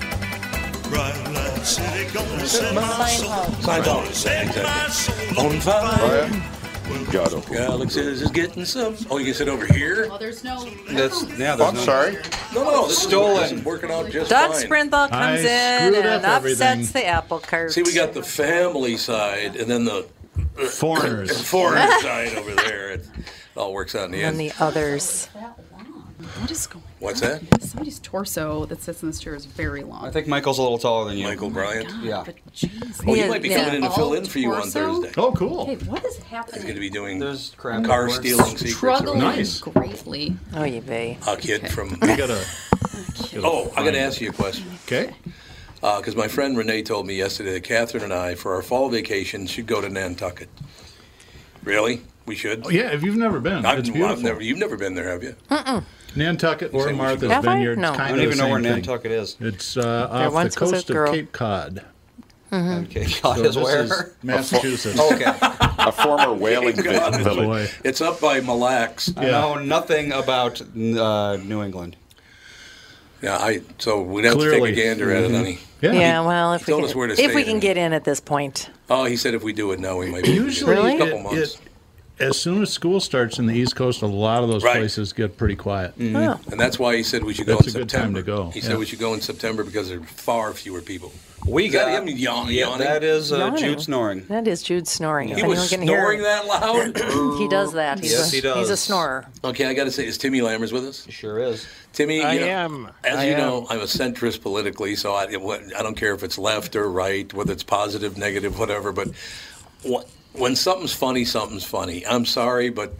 Bright light city, gonna set my soul. Seinfeld. Set my soul On fire. God, oh, Alexis is getting some. Oh, you can sit over here? Well, there's no. That's yeah. There's I'm no, sorry. No, no, no. Stolen. Working out just Doug fine. Sprinthal I comes in screwed and up upsets everything. the apple cart. See, we got the family side and then the Foreigners. foreign side over there. It all works out in the and end. the others. What is going What's that? Somebody's torso that sits in this chair is very long. I think Michael's a little taller than you. Michael Bryant. Yeah. But jeez. Oh, he Yeah, might be yeah. coming in to fill in for you on Torso? Thursday. Oh, cool. Hey, what is He's going to happening? be doing There's crap car everywhere. stealing secrets. Struggling around. Nice. greatly. Oh, you be. A kid from. uh, gotta. Oh, I got to ask you a question. Okay. Because my friend Renee told me yesterday that Catherine and I, for our fall vacation, should go to Nantucket. Really? We should? Oh, Yeah, if you've never been, I've, it's I've beautiful. never, you've never been there, have you? Nantucket or Say we Martha's should- Have I? Vineyard. No. It's I I kind don't of even the know where same thing. Nantucket is. It's uh, off the once was a coast of girl. Mm-hmm. Cape Cod. Okay, God So is this where. Oh, is Massachusetts. okay, A former whaling vi- God. village. boy. It's up by Mille Lacs. I know nothing about uh, New England. Yeah, I, so we'd have Clearly. Mm-hmm. to take a gander at it, honey. Yeah. Yeah, well, if he told we us where can, to if stay we can and- get in at this point, Oh, he said if we do it now, we might be. Usually, Really? it- Couple months. it- as soon as school starts in the East Coast, a lot of those Right. places get pretty quiet. oh, And that's why he said we should go Mm-hmm. That's in a good time September. to go, He yeah. said we should go in September because there are far fewer people. We Is that got him yawn- yeah, yawning? That is uh, Yawning. Jude snoring. that is Jude snoring. If He anyone was can hear snoring him, that loud. he does that. He's Yes, a, he does. He's a snorer. okay, I got to say, is Timmy Lammers with us? It sure is. Timmy, I you know, am. As I you am. know, I'm a centrist politically, so I, it, wa- I don't care if it's left or right, whether it's positive, negative, whatever. But wh- when something's funny, something's funny. I'm sorry, but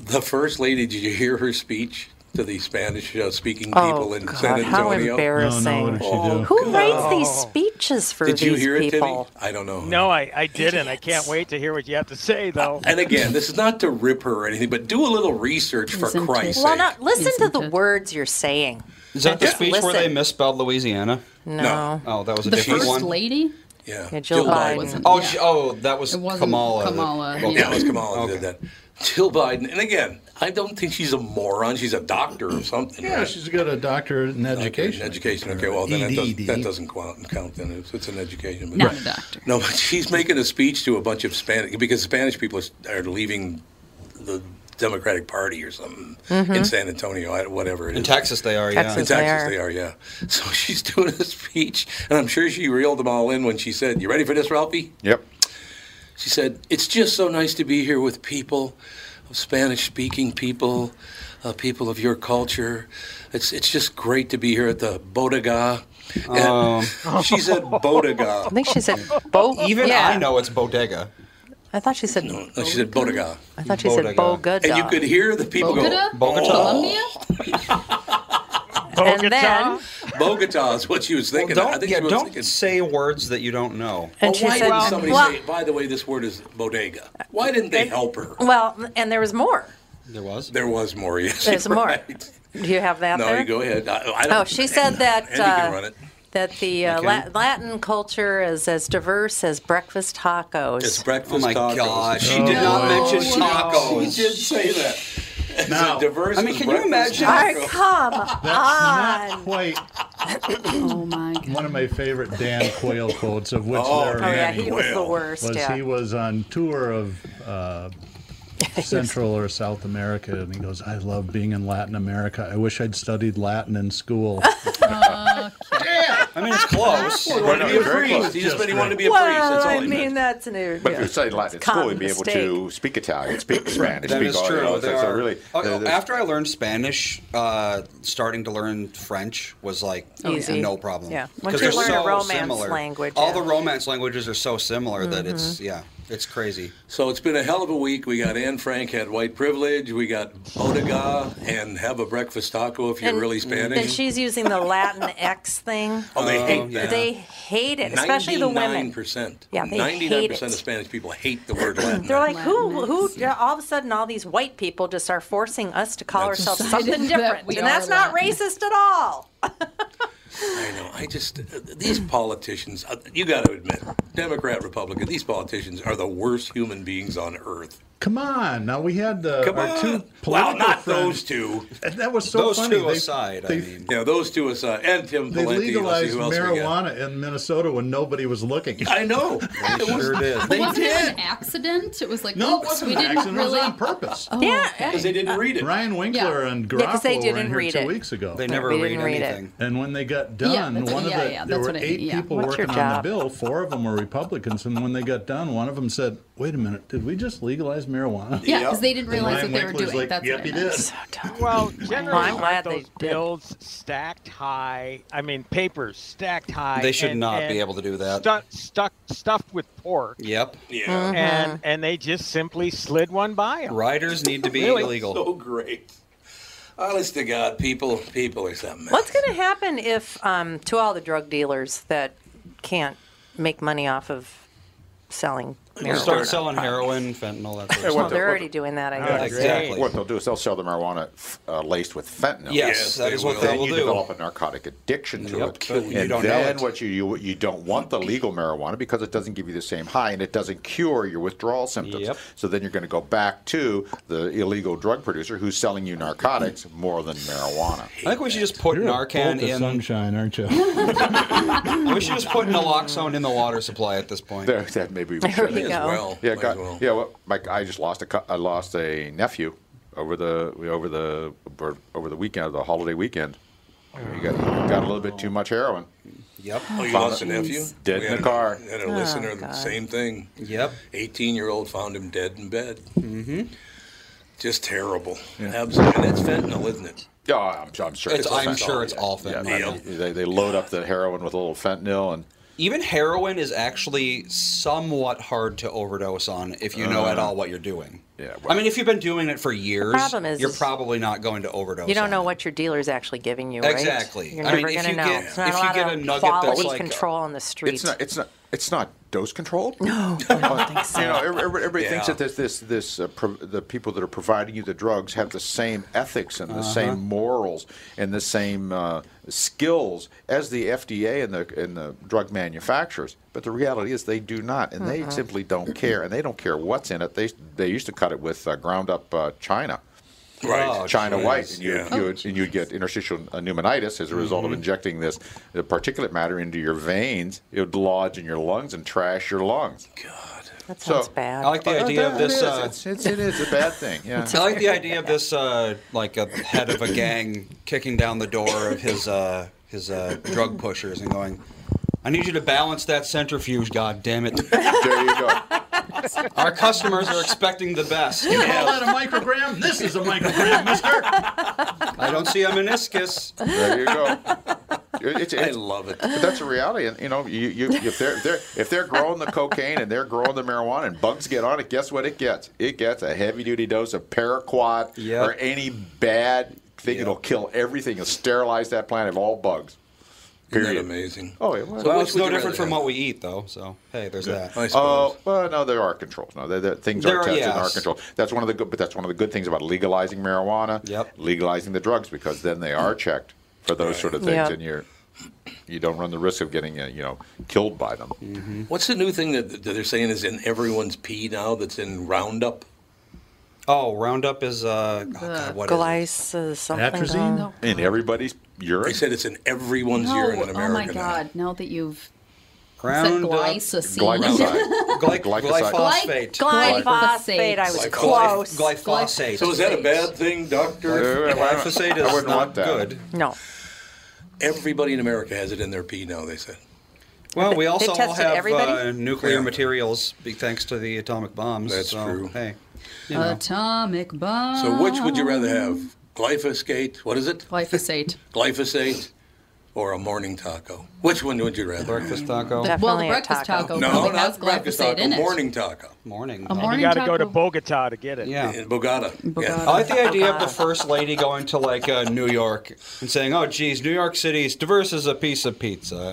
the first lady, did you hear her speech to the Spanish-speaking people Oh, in San God, how Antonio? Oh, no, what embarrassing. did she do? Who writes these speeches for Did these you hear it, Timmy? people? I don't know. No, I, I didn't. I can't wait to hear what you have to say, though. And again, this is not to rip her or anything, but do a little research for Listen to- Christ's Well, sake. now listen to the Isn't it? words you're saying. Is that the just speech where listen. they misspelled Louisiana? No. Oh, that was a The different first one. lady? Yeah. Yeah, Jill Biden. Oh, Yeah. she, oh, that was It wasn't Kamala. that- Kamala, well, Yeah, it was Kamala who did that. Jill Biden, and again, I don't think she's a moron. She's a doctor or something. Yeah, right? she's got a doctorate in education. Education. Okay, well E then that, EDD. does, that doesn't count. count then it's, it's an education. But Not a doctor. No, but she's making a speech to a bunch of Spanish because Spanish people are leaving the Democratic Party or something Mm-hmm. in San Antonio, I- whatever it is. In Texas, they are. In Texas. Yeah. they Texas, are. they are, yeah. So she's doing a speech, and I'm sure she reeled them all in when she said, "You ready for this, Ralphie?" Yep. She said, It's just so nice to be here with people, Spanish speaking people, uh, people of your culture. It's, it's just great to be here at the Bodega. And she said Bodega. I think she said bo. Even yeah. I know it's bodega. I thought she said. No, Oh, she said Bodega. I thought she said Bodega. Bogota. And you could hear the people Bogota? go, Bogota. Oh, Colombia? and Bogota? then Bogota is what she was thinking. I Don't, think yeah, she was don't thinking, say words that you don't know. "Well, and she why said. didn't somebody well, say, by the way, this word is bodega? Why didn't they help her? well, and there was more. There was. There was more, yes. There's you're more. right. Do you have that No, there? you go ahead. I, I don't, Oh, she said that Andy can uh, run it. that the uh, Okay. La- Latin culture is as diverse as breakfast tacos. It's breakfast Oh my tacos. God! She did not mention tacos. She did say that. Now- It's a diverse I mean, as can you breakfast. imagine? Oh, come That's on. not quite Oh my god. one of my favorite Dan Quayle quotes, of which Oh, there Oh are yeah, many. he was the Well, worst. was yeah. he was on tour of uh, Central or South America, and he goes, "I love being in Latin America. I wish I'd studied Latin in school." I mean, it's close. He wanted to be a Very priest. close. He just said he wanted to be a priest. well, That's all Oh, I he mean, meant. that's an. Yeah. But if you study Latin at It's a school, common you'd be able to speak Italian, speak Spanish, That speak is all true. You know, so- They so are- really, uh, Oh, the- the- after I learned Spanish, uh, starting to learn French was like Easy. no problem. Yeah. Once 'Cause you they're learn a romance language, all yeah. the romance languages are so similar that Mm-hmm. it's yeah, it's crazy. So it's been a hell of a week. We got Anne Frank had white privilege. We got Bodega and have a breakfast taco if you're really Then Spanish. she's using the Latin X thing. oh, they hate yeah. that. They hate it, especially the women. percent. Yeah, they hate ninety-nine percent it. of Spanish people hate the word Latin. They're like, who, who? yeah, All of a sudden, all these white people just are forcing us to call That's- ourselves Decided something that different, we and that's are not Latin. racist at all. I know. I just uh, these politicians. uh, You got to admit, Democrat, Republican. These politicians are the worst human beings on earth. Come on, now we had the Come our on. two well, political not friends. those two. And that was so Those funny. two They- aside, they, I mean, Yeah, those two aside, and Tim they Pawlenty. Let's see legalized who else we got. marijuana in Minnesota when nobody was looking. I know. It was- sure did. They Wasn't did. it an accident? It was like, No, it oops, wasn't we an didn't accident. It really. was on purpose. Yeah, Because they didn't read it. Ryan Winkler Oh, Uh, Yeah. and Yeah, 'cause Garofalo they were in didn't here read two it. weeks ago. They never we read didn't read it. anything. And when they got Yeah, done, that's- one of yeah, the yeah, there that's were what I eight mean, yeah. people What's your working on the job? bill. Four of them were Republicans, and when they got done, one of them said, "Wait a minute, did we just legalize marijuana?" Yeah, Yep. because they didn't And realize what Ryan they were Winkler's doing. like, That's yep, what I he meant. did. Well, generally, I'm glad aren't they those did. bills stacked high. I mean, papers stacked high. They should and- not be and able to do that. Stuck, stuck, stuffed with pork, Yep. Uh-huh. Mm-hmm. Yeah. and and they just simply slid one by 'em. Riders need to be Really? illegal. So great. Honest to God, people, people are something. What's going to happen if, um, to all the drug dealers that can't make money off of selling We'll marijuana? start selling heroin, fentanyl. That sort of Well, stuff. Uh, they're already doing that, I guess. Oh, Exactly. what they'll do is they'll sell the marijuana uh, laced with fentanyl. Yes, Yes, that they is what will. they Then will you do. develop a narcotic addiction to Yep, it, but you and don't know then it. what you, you you don't want the legal marijuana because it doesn't give you the same high and it doesn't cure your withdrawal symptoms. Yep. So then you're going to go back to the illegal drug producer who's selling you narcotics more than marijuana. I think we should just put You're a Narcan bolt of in. sunshine, aren't you? We should just put naloxone in the water supply at this point. There, that maybe we should. we May as go. well. Yeah, Might as got, well. yeah. Well, Mike, I just lost a cou- I lost a nephew over the over the or over the weekend, the holiday weekend. He got got a little bit too much heroin. Yep. Oh, Found you lost a it. nephew? Dead We in had the car. A, had a Oh, listener, Oh, the same thing. Yep. 18 year old found him dead in bed. Mm-hmm. Just terrible. Absolutely. And that's fentanyl, isn't it? Yeah, I'm, I'm sure. It's, all I'm fentanyl. sure it's all fentanyl. Yeah, Yeah. They, they load up the heroin with a little fentanyl and Even heroin is actually somewhat hard to overdose on if you know at all what you're doing. yeah, I mean, if you've been doing it for years, problem is- you're is probably not going to overdose. You don't on know it. what your dealer's actually giving you, right? Exactly. You're I mean, never if going to you know. get- It's not if a you lot get of a nugget that's quality like- control on the street. Oh. it's not it's not it's not dose controlled. No, I don't think so. You know, every- everybody, everybody thinks Yeah. that this this this uh, pro- the people that are providing you the drugs have the same ethics and the Uh-huh. same morals and the same uh, skills as the FDA and the and the drug manufacturers. But the reality is they do not, and Mm-hmm. they simply don't care, and they don't care what's in it. They they used to cut it with uh, ground up uh, china. Right. Oh, China geez. white, and you, yeah. Mm-hmm. you would, and you'd get interstitial uh, pneumonitis as a result of injecting this uh, particulate matter into your veins. It would lodge in your lungs and trash your lungs. God. That sounds So- Oh, bad. I like the idea of this. It is. Uh, It's- it's- it is a bad thing. Yeah. I like the idea of this, uh, like a head of a gang kicking down the door of his uh, his uh, drug pushers and going, "I need you to balance that centrifuge, God damn it! there you go. Our customers are expecting the best. Call that a microgram? This is a microgram, mister. I don't see a meniscus. There you go. It's- it's- I love it. But that's the reality, and you know, you, you if they're, they're if they're growing the cocaine and they're growing the marijuana and bugs get on it, guess what it gets? It gets a heavy duty dose of paraquat Yep. or any bad thing. Yep. It'll kill everything and sterilize that planet of all bugs. Isn't that Period. amazing? Oh, it was. So Well, which it's would no you different rather from have? what we eat, though. So hey, there's that. I Oh suppose. well, no, there are controls. No, there- there- things There are are- tested and are yes. controlled. That's one of the good, but that's one of the good things about legalizing marijuana. Yep. Legalizing the drugs because then they are checked for those sort of things, Yep. and you're you don't run the risk of getting uh, you know killed by them. Mm-hmm. What's the new thing that, that they're saying is in everyone's pee now? That's in Roundup. Oh, Roundup is uh, oh, God, what is it? Glyce, uh, something. Atrazine? uh, In everybody's urine. They said it's in everyone's urine in oh America. my now. God! Now that you've said Roundup. glycosine, Glycoside. Gly- Glycoside. glyphosate. Glyphosate. Glyphosate. I was Glyphosate. close. Glyphosate. So is that a bad thing, doctor? Glyphosate I is wouldn't not want that. good. No. Everybody in America has it in their pee now. They said. Well, we also all tested have uh, everybody? nuclear Yeah. materials be thanks to the atomic bombs. That's so, true. Hey, you know. Atomic bomb. So Ah. which would you rather have? Glyphosate. What is it? Glyphosate. Glyphosate, or a morning taco? Which one would you rather? breakfast taco. Definitely well, the a breakfast taco. taco, No, probably not has breakfast glyphosate taco. in it. Morning taco Morning. A morning You got to taco. go to Bogota to get it. Yeah. in Bogota. Bogota. I like the idea of the first lady going to like uh, New York and saying, "Oh, geez, New York City's diverse as a piece of pizza.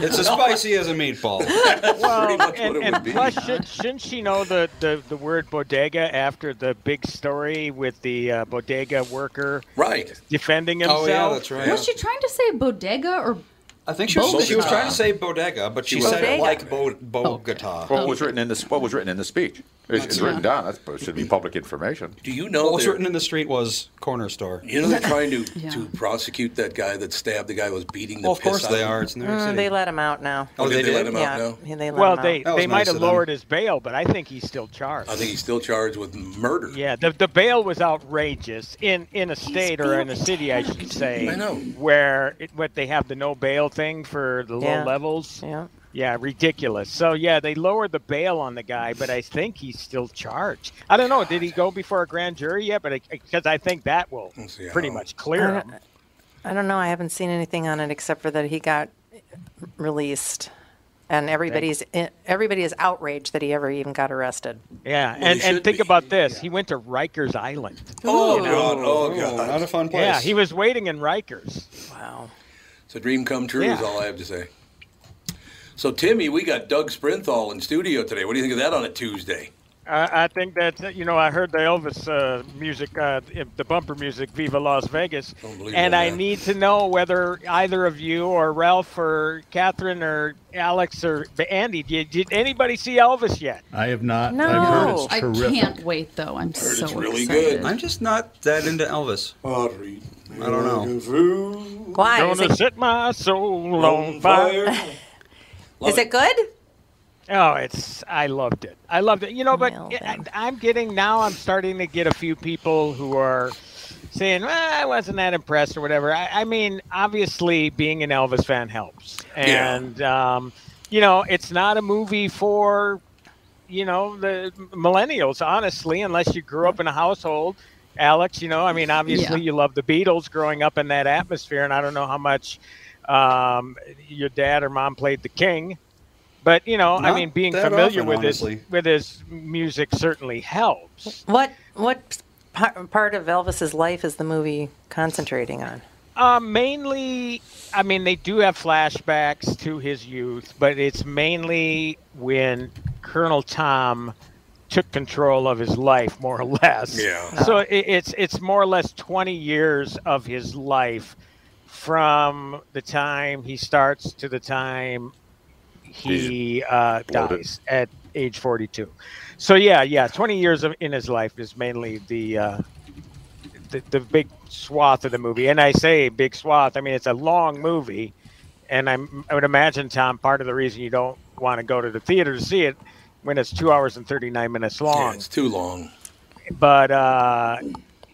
it's as spicy as a meatball." Well, pretty much and, what it and would be. plus, should, shouldn't she know the, the, the word bodega after the big story with the uh, bodega worker Right. defending himself? Oh yeah, that's right. Was she trying to say bodega or I think she was, Bogota. she was trying to say bodega, but she said it Bodega. like bo- Oh, Bogota. What was written in this? What was written in the speech? It's, it's written down. That's, it should be public information. Do you What know? was they're- written in the street was corner store. You know they're trying to, Yeah. to prosecute that guy that stabbed the guy who was beating the Well, of piss course out they of him. are. It's New York Mm, City. they let him out now. Oh, Did they they, let did? him yeah, out now? yeah, they let Well, him they, out. That was they might nice have of them. lowered his bail, but I think he's still charged. I think he's still charged with murder. Yeah, the, the bail was outrageous in, in a state or in a city, I should say, I know. where it, what they have the no bail thing for the Yeah. low levels. Yeah. Yeah, ridiculous. So yeah, they lowered the bail on the guy, but I think he's still charged. I don't know. Did he go before a grand jury yet? But because I, think that will Let's see pretty how- much clear him. I don't know. I haven't seen anything on it except for that he got released, and everybody's everybody is outraged that he ever even got arrested. Yeah, he and and should think be. about this. He went to Rikers Island. Oh God! Oh Oh, God! not a fun place. Yeah, he was waiting in Rikers. Wow. It's a dream come true. Is Yeah. all I have to say. So Timmy, we got Doug Sprinthal in studio today. What do you think of that on a Tuesday? I, I think that you know I heard the Elvis uh, music, uh, the bumper music, "Viva Las Vegas," Don't believe and all I that. need to know whether either of you or Ralph or Catherine or Alex or Andy did, did anybody see Elvis yet? I have not. No. I've heard it's I terrific. can't wait though. I'm Heard so it's really excited. good. I'm just not that into Elvis. I don't know. know. Why is Gonna it, set my soul on fire. is it good? Oh, it's I loved it. I loved it. You know, but Well, it- I, then. I'm getting now. I'm starting to get a few people who are saying, well, "I wasn't that impressed" or whatever. I, I mean, obviously, being an Elvis fan helps, Yeah. and um, you know, it's not a movie for you know the millennials, honestly, unless you grew up in a household. Alex, you know, I mean, obviously, Yeah. you love the Beatles growing up in that atmosphere, and I don't know how much um, your dad or mom played the King. But you know, I Not mean, being that familiar often, with honestly. his with his music certainly helps. What what par- part of Elvis's life is the movie concentrating on? Um, mainly, I mean, they do have flashbacks to his youth, but it's mainly when Colonel Tom took control of his life, more or less. Yeah. So it, it's it's more or less twenty years of his life from the time he starts to the time he uh, Exploded. dies at age 42. So yeah, yeah, 20 years of, in his life is mainly the, uh, the the big swath of the movie. And I say big swath, I mean it's a long movie, and I'm, I would imagine Tom, part of the reason you don't want to go to the theater to see it when it's two hours and 39 minutes Yeah, long it's too long. but uh,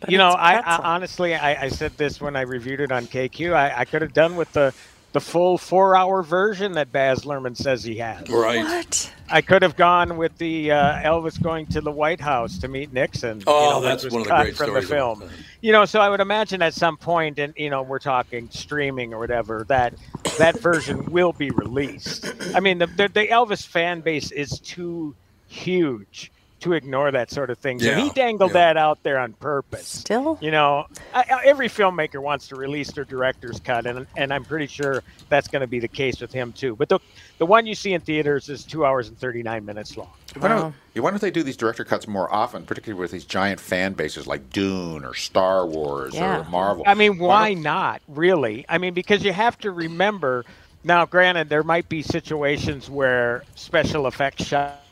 you know, it's I, I pretzel. honestly, I, I said this when I reviewed it on KQ. I, I could have done with the the full four hour version that Baz Luhrmann says he has. Right. What? I could have gone with the uh, Elvis going to the White House to meet Nixon. Oh, you know, that's which was one of the cut great from stories the of all film. time. You know, so I would imagine at some point, and you know, we're talking streaming or whatever that that version will be released. I mean, the, the the Elvis fan base is too huge to ignore that sort of thing. So he Yeah, dangled yeah. that out there on purpose. Still? You know, I, I- every filmmaker wants to release their director's cut, and and I'm pretty sure that's going to be the case with him too. But the the one you see in theaters is two hours and thirty nine minutes long. Why don't, you wonder if they do these director cuts more often, particularly with these giant fan bases like Dune or Star Wars Yeah. or Marvel? I mean, why don't- not? Really? I mean, because you have to remember. Now, granted, there might be situations where special effects shot.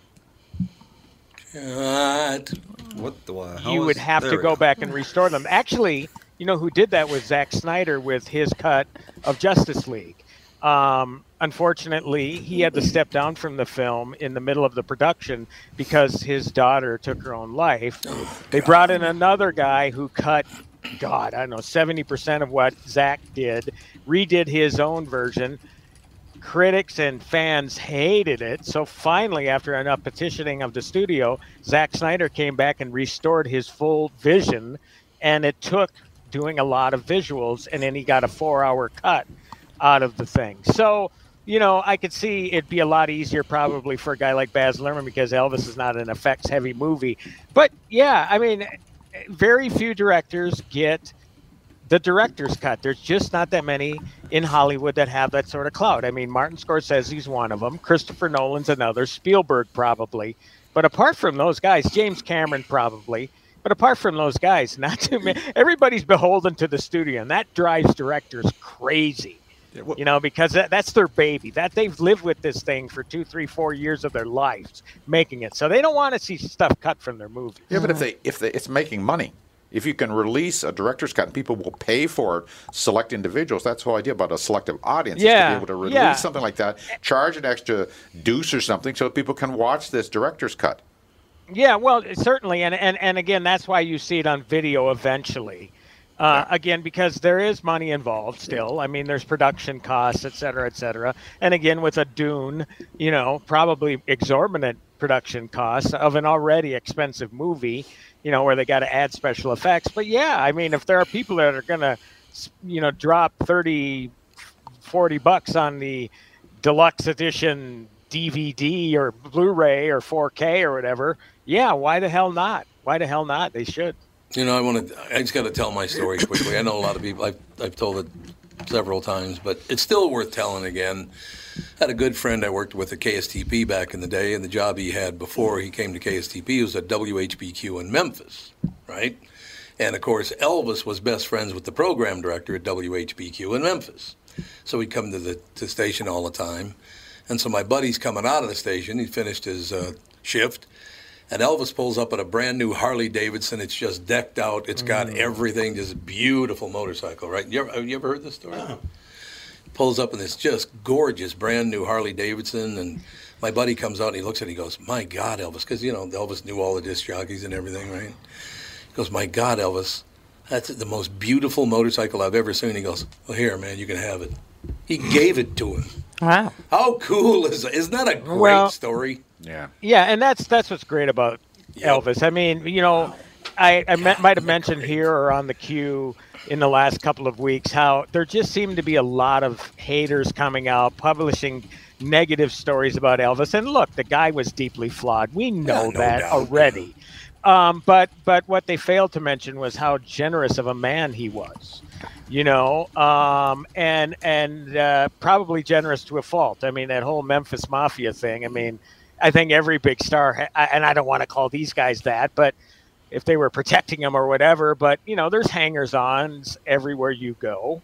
God. What the uh, how You is- would have there to we go back and restore them. Actually, you know who did that was Zack Snyder with his cut of Justice League. Um, unfortunately, he had to step down from the film in the middle of the production because his daughter took her own life. Oh, They brought in another guy who cut, God, I don't know, 70% of what Zack did, redid his own version. Critics and fans hated it. So finally, after enough petitioning of the studio, Zack Snyder came back and restored his full vision. And it took doing a lot of visuals, and then he got a four hour cut out of the thing. So, you know, I could see it'd be a lot easier probably for a guy like Baz Luhrmann because Elvis is not an effects heavy movie. But yeah, I mean, very few directors get the director's cut. There's just not that many in Hollywood that have that sort of clout. I mean, Martin Scorsese's one of them, Christopher Nolan's another, Spielberg probably. But apart from those guys, James Cameron probably. But apart from those guys, not too many. Everybody's beholden to the studio, and that drives directors crazy. You know, because that, that's their baby. That they've lived with this thing for two, three, four years of their lives making it. So they don't want to see stuff cut from their movie. Yeah, but if they if they, it's making money, if you can release a director's cut and people will pay for it, select individuals. That's the whole idea about a selective audience. is Yeah, to be able to release yeah. something like that, charge an extra deuce or something, so people can watch this director's cut. Yeah, well, certainly, and and and again, that's why you see it on video eventually. Uh, Again, because there is money involved still. I mean, there's production costs, et cetera, et cetera. And again, with a Dune, you know, probably exorbitant production costs of an already expensive movie, you know, where they got to add special effects. But yeah, I mean, if there are people that are going to, you know, drop 30, 40 bucks on the deluxe edition DVD or Blu-ray or 4K or whatever, yeah, why the hell not? Why the hell not? They should. You know, I want to. I just got to tell my story quickly. I know a lot of people. I've, I've told it several times, but it's still worth telling again. I had a good friend I worked with at KSTP back in the day, and the job he had before he came to KSTP was at WHBQ in Memphis, right? And of course, Elvis was best friends with the program director at WHBQ in Memphis, so he'd come to the to the station all the time. And so my buddy's coming out of the station. He finished his uh, shift. And Elvis pulls up at a brand new Harley Davidson. It's just decked out. It's got everything. Just beautiful motorcycle, right? You ever, have you ever heard this story? Pulls up in this just gorgeous brand new Harley Davidson, and my buddy comes out and he looks at it. And he goes, "My God, Elvis," because you know Elvis knew all the disc jockeys and everything, right? He goes, "My God, Elvis, that's the most beautiful motorcycle I've ever seen." He goes, "Well, here, man, you can have it." He gave it to him. Wow. How cool is that? Isn't that a great Well- story? Yeah. Yeah, and that's that's what's great about Elvis. I mean, you know, I, I me- might have mentioned here or on the queue in the last couple of weeks how there just seemed to be a lot of haters coming out publishing negative stories about Elvis. And look, the guy was deeply flawed. We know no that doubt, already. Um, but but what they failed to mention was how generous of a man he was. You know, um, and and uh, probably generous to a fault. I mean, that whole Memphis Mafia thing. I mean, I think every big star, ha- I- and I don't want to call these guys that, but if they were protecting him or whatever. But you know, there's hangers-ons everywhere you go,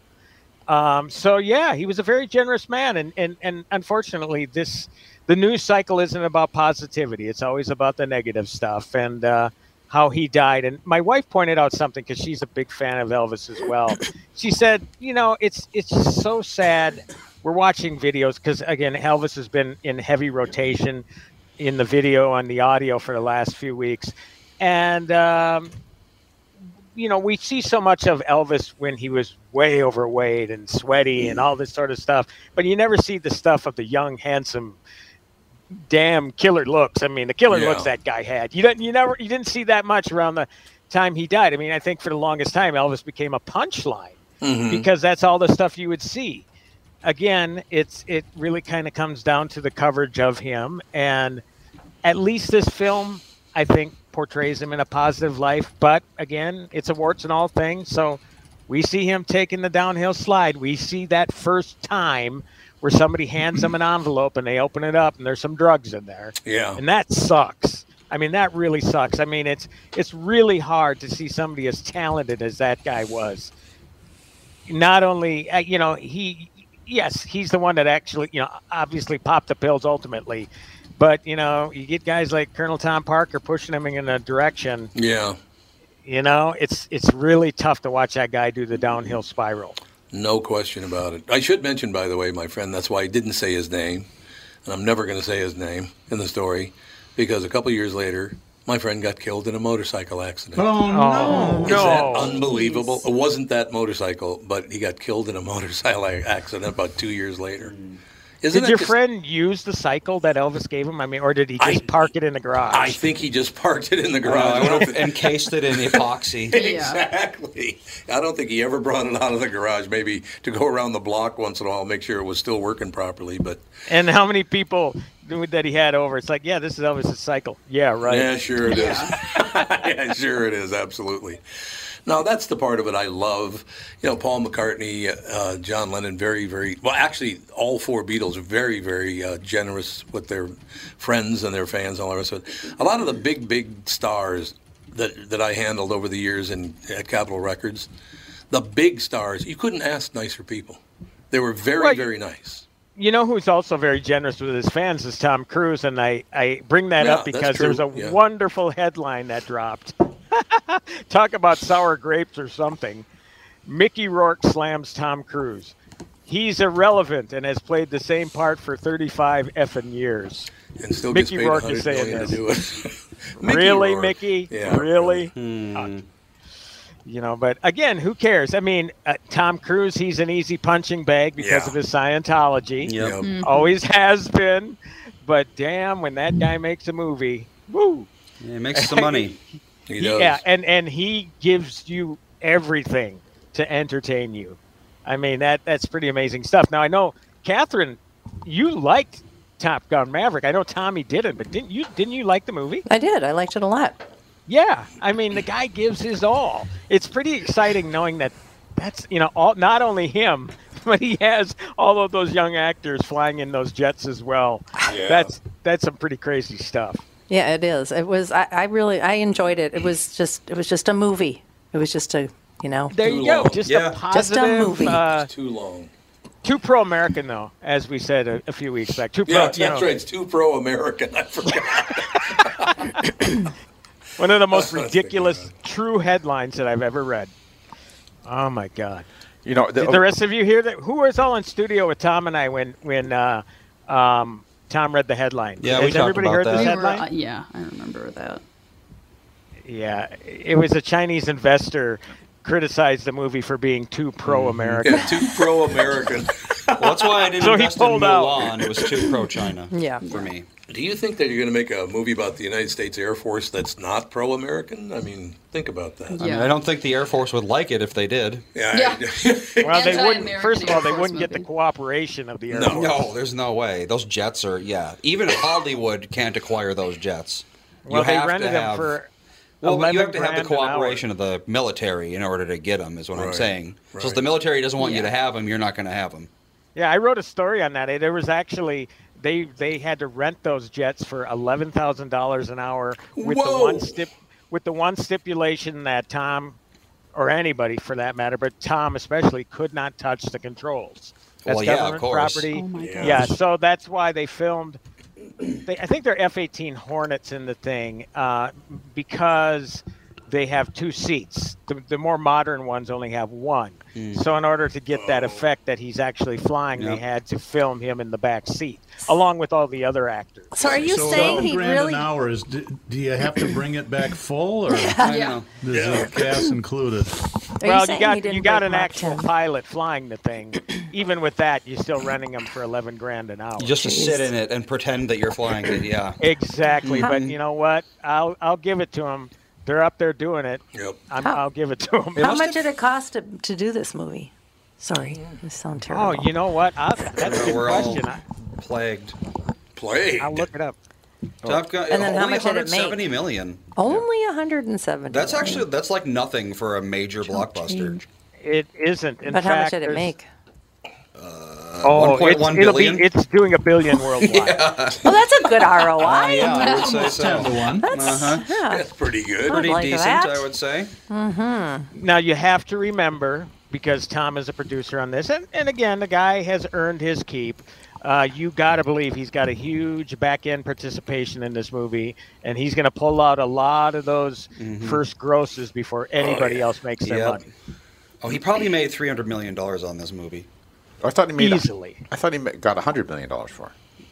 Um, so yeah, he was a very generous man, and, and and unfortunately, this the news cycle isn't about positivity; it's always about the negative stuff and uh, how he died. And my wife pointed out something because she's a big fan of Elvis as well. She said, "You know, it's it's so sad. We're watching videos because again, Elvis has been in heavy rotation in the video and the audio for the last few weeks, and." Um, you know, we see so much of Elvis when he was way overweight and sweaty and all this sort of stuff, but you never see the stuff of the young, handsome, damn killer looks. I mean, the killer Yeah. looks that guy had. You didn't, you never, you didn't see that much around the time he died. I mean, I think for the longest time, Elvis became a punchline because that's all the stuff you would see. Again, it's it really kind of comes down to the coverage of him, and at least this film, I think, portrays him in a positive life. But again, it's a warts and all thing, so we see him taking the downhill slide. We see that first time where somebody hands him an envelope and they open it up and there's some drugs in there Yeah. and that sucks. I mean, that really sucks. I mean, it's it's really hard to see somebody as talented as that guy was. Not only, uh, you know, he yes, he's the one that actually, you know, obviously popped the pills ultimately, but you know, you get guys like Colonel Tom Parker pushing him in a direction. Yeah. You know, it's it's really tough to watch that guy do the downhill spiral. No question about it. I should mention, by the way, my friend, that's why I didn't say his name, and I'm never going to say his name in the story, because a couple years later, my friend got killed in a motorcycle accident. Oh, no. Is that no. unbelievable? It wasn't that motorcycle, but he got killed in a motorcycle accident about two years later. Mm. Isn't Did that your just- friend use the cycle that Elvis gave him? I mean, or did he I- just park it in the garage? I think he just parked it in the Uh, garage. I don't thi- encased it in epoxy. Yeah. exactly. I don't think he ever brought it out of the garage. Maybe to go around the block once in a while, make sure it was still working properly. But and how many people knew that he had over. It's like, yeah, this is Elvis's cycle. Yeah, right. Yeah, sure it is. yeah, sure it is. Absolutely. Now that's the part of it I love. You know, Paul McCartney, uh, John Lennon, very, very well. Actually, all four Beatles, very, very uh, generous with their friends and their fans, and all the rest of it. A lot of the big, big stars that that I handled over the years in at Capitol Records, the big stars, you couldn't ask nicer people. They were very, Right. very nice. You know who's also very generous with his fans is Tom Cruise, and I, I bring that Yeah, up that's because there's true, a yeah. wonderful headline that dropped. Talk about sour grapes or something. Mickey Rourke slams Tom Cruise. He's irrelevant and has played the same part for 35 effing years. And still Mickey gets paid Rourke $100 is saying million to do it. really, Rourke. Mickey? Yeah, really? Uh, You know, but again, who cares? I mean, uh, Tom Cruise, he's an easy punching bag because Yeah. of his Scientology. Yeah. Yep. Always has been. But damn, when that guy makes a movie, woo. It makes some money. He does. Yeah, and and he gives you everything to entertain you. I mean, that that's pretty amazing stuff. Now I know Catherine, you liked Top Gun Maverick. I know Tommy didn't, but didn't you didn't you like the movie? I did. I liked it a lot. Yeah, I mean the guy gives his all. It's pretty exciting knowing that that's you know all not only him, but he has all of those young actors flying in those jets as well. That's that's some pretty crazy stuff. Yeah, it is. It was. I, I really. I enjoyed it. It was just. It was just a movie. It was just a. You know. There Too you go, long. just Yeah. a Just a positive. movie. Uh, Too long. too pro American though, as we said a, a few weeks back. Too pro. Yeah, you know, that's right. It's too pro American. I forgot. One of the most That's ridiculous big, true headlines that I've ever read. Oh my god. You know, Did the rest of you hear that? Who was all in studio with Tom and I when when uh, um, Tom read the headline? Yeah, we Has talked everybody about heard that. this We were, headline? uh, yeah, I remember that. Yeah, it was a Chinese investor criticized the movie for being too pro-American. Yeah, too pro American. Well, that's why I didn't So he invest in pulled out. Mulan. It was too pro-China. Yeah. For me. Do you think that you're going to make a movie about the United States Air Force that's not pro American? I mean, think about that. I, mean, I don't think the Air Force would like it if they did. Yeah. I- Well, they wouldn't. Anti-American First of all, they Air Force wouldn't get the movie. cooperation of the Air No. Force. No, there's no way. Those jets are yeah. Even Hollywood can't acquire those jets. You Well, they have to rented them have- for. Well, but you 11 have to have the grand an hour. cooperation of the military in order to get them, is what I'm Right, saying. So if right. the military doesn't want you Yeah. to have them, you're not going to have them. Yeah, I wrote a story on that. There was actually they they had to rent those jets for eleven thousand dollars an hour with Whoa. the one stip with the one stipulation that Tom or anybody for that matter, but Tom especially could not touch the controls. That's Well, yeah, of government course. property. Oh my Yeah. Yeah, gosh. so that's why they filmed. They, I think they're F-18 Hornets in the thing uh, because they have two seats. The, the more modern ones only have one. Hmm. So in order to get that effect that he's actually flying, Yep. they had to film him in the back seat along with all the other actors. So are you so saying 11 he grand really? an hour is? Do, do you have to bring it back full, or is I know. the gas included? Are well, saying you he got didn't you got break an Mach actual 10? pilot flying the thing. Even with that, you're still renting them for eleven grand an hour. Just to sit in it and pretend that you're flying it. Yeah. exactly, but Mm-hmm. you know what? I'll I'll give it to them. They're up there doing it. Yep. I'm, How- I'll give it to them. How much did it cost to, to do this movie? Sorry, this sounds Oh, terrible. you know what? I, that's a good We're all question. I, plagued. Played. I'll look it up. Top Gun. And then how uh, only much did it make? 170 million. Only 170. That's actually that's like nothing for a major blockbuster. change. It isn't. In Hmm. But how much fact, did it there's- make? Uh, Oh, 1.1 it's, it'll be, billion? it's doing a billion worldwide. Well, Oh, that's a good ROI. Uh, Yeah, I would say Ten to so. one. Uh-huh. That's pretty Pretty- good. Pretty like decent, that. I would say. Now you have to remember because Tom is a producer on this, and, and again, the guy has earned his keep. Uh, you got to believe he's got a huge back end participation in this movie, and he's going to pull out a lot of those first grosses before anybody else makes their Oh, Yep. money Oh, he probably made 300 million dollars on this movie. I thought he made. a- easily. I thought he ma- got hundred million dollars for. it.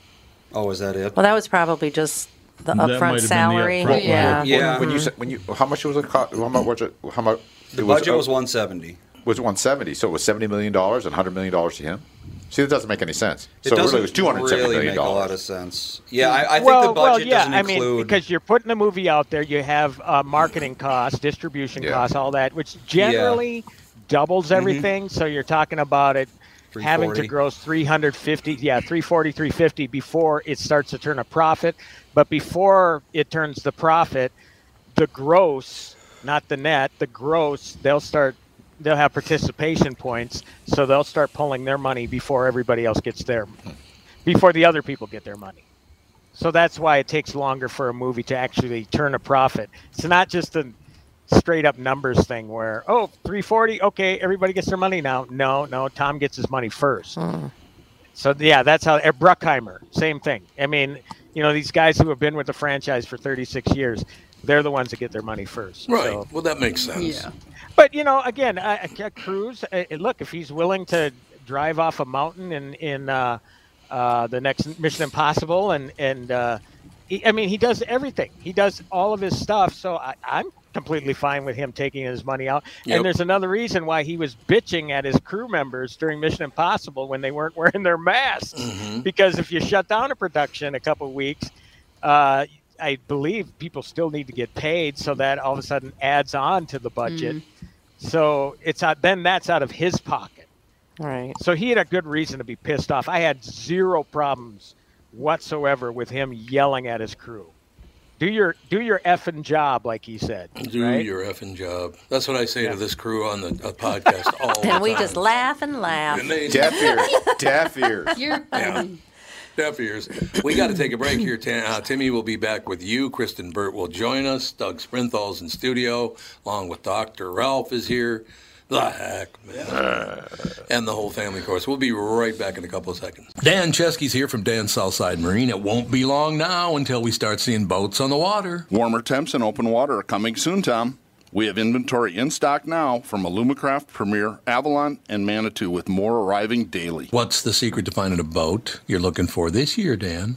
Oh, is that it? Well, that was probably just the might have been upfront the salary. upfront one. yeah. Yeah. When you said when you how much was it cost? How much was it? How much? The it budget uh, was 170. was one seventy. So it was seventy million dollars and hundred million dollars to him. See, that doesn't make any sense. so really, it was two hundred seventy really million make a lot of dollars. sense. Yeah, I, I think well, the budget well, yeah. doesn't I mean, include. because you're putting the movie out there, you have uh, marketing costs, distribution Yeah. costs, all that, which generally doubles Mm-hmm. everything. So you're talking about it having to 340. gross 350, yeah, 340, 350 before it starts to turn a profit. But before it turns the profit, the gross, not the net, the gross, they'll start. They'll have participation points, so they'll start pulling their money before everybody else gets their, before the other people get their money. So that's why it takes longer for a movie to actually turn a profit. It's not just a straight up numbers thing where, oh, 340, okay, everybody gets their money now. No, no, Tom gets his money first. So yeah, that's how eh, Bruckheimer, same thing. I mean, you know, these guys who have been with the franchise for 36 years, they're the ones that get their money first. Right. So- Well, that makes sense. Yeah. but you know, again, I, I, Cruz. uh look, if he's willing to drive off a mountain in in uh, uh, the next Mission Impossible, and and uh, he, I mean, he does everything. He does all of his stuff. So I, I'm completely fine with him taking his money out. Yep. And there's another reason why he was bitching at his crew members during Mission Impossible when they weren't wearing their masks, because if you shut down a production a couple weeks, uh, I believe people still need to get paid, so that all of a sudden adds on to the budget. So it's out, then that's out of his pocket. Right. So he had a good reason to be pissed off. I had zero problems whatsoever with him yelling at his crew. Do your do your effing job, like he said. Do right? your effing job. That's what I say to this crew on the uh, podcast all the time. And we just laugh and laugh. And they- Deaf ears. Deaf ears. You're funny. Deaf ears. We got to take a break here. Tim, uh, Timmy will be back with you. Kristen Burt will join us. Doug Sprinthal's in studio, along with Dr. Ralph is here. The heck, man. And the whole family, of course. We'll be right back in a couple of seconds. Dan Chesky's here from Dan's Southside Marine. It won't be long now until we start seeing boats on the water. Warmer temps and open water are coming soon, Tom. We have inventory in stock now from Alumacraft, Premier, Avalon, and Manitou, with more arriving daily. What's the secret to finding a boat you're looking for this year, Dan?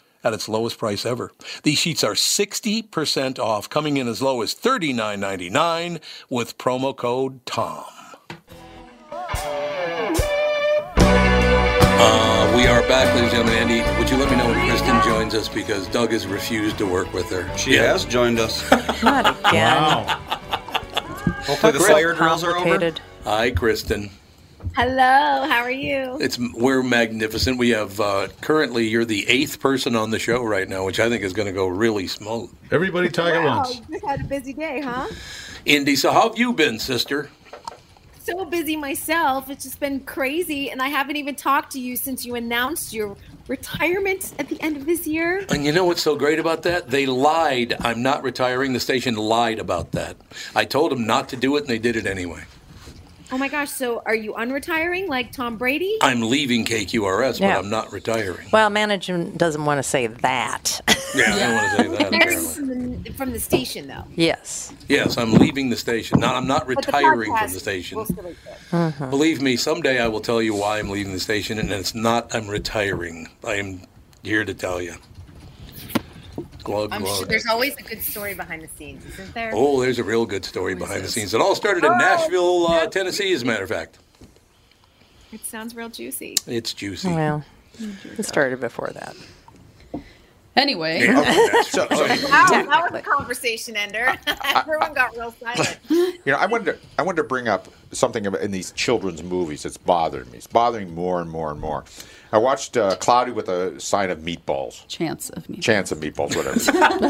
at its lowest price ever. These sheets are 60% off, coming in as low as $39.99 with promo code TOM. Uh, we are back, ladies and gentlemen. Andy, would you let me know when Kristen joins us because Doug has refused to work with her. She has joined us. Not again. Hopefully the Slayer drills are over. Hi, Kristen. Hello, how are you? It's we're magnificent. We have uh, currently you're the eighth person on the show right now, which I think is going to go really smooth. Everybody talk wow, Oh, you had a busy day, huh? Indy, so how have you been, sister? So busy myself. It's just been crazy, and I haven't even talked to you since you announced your retirement at the end of this year. And you know what's so great about that? They lied. I'm not retiring. The station lied about that. I told them not to do it, and they did it anyway. Oh my gosh, so are you unretiring like Tom Brady? I'm leaving KQRS, Yeah. but I'm not retiring. Well, management doesn't want to say that. Yeah, I don't want to say that. Retiring apparently. from the, from the station, though. yes. Yes, I'm leaving the station. Not, I'm not But the retiring podcast from the station. will still exist. Mm-hmm. Believe me, someday I will tell you why I'm leaving the station, and it's not I'm retiring. I am here to tell you. Glug, I'm sure glug. there's always a good story behind the scenes, isn't there? Oh, there's a real good story behind the scenes. It all started Oh, in Nashville, uh, Tennessee, as a matter of fact. It sounds real juicy. It's juicy. Well, it started before that. Anyway. Yeah, okay, that's So- right. Wow, Oh, that was a conversation ender. Everyone got real silent. You know, I wanted to, I wanted to bring up something about- in these children's movies that's bothering me. It's bothering me more and more and more. I watched uh, Cloudy with a Sign of Meatballs. Chance of me. Chance of meatballs, whatever. and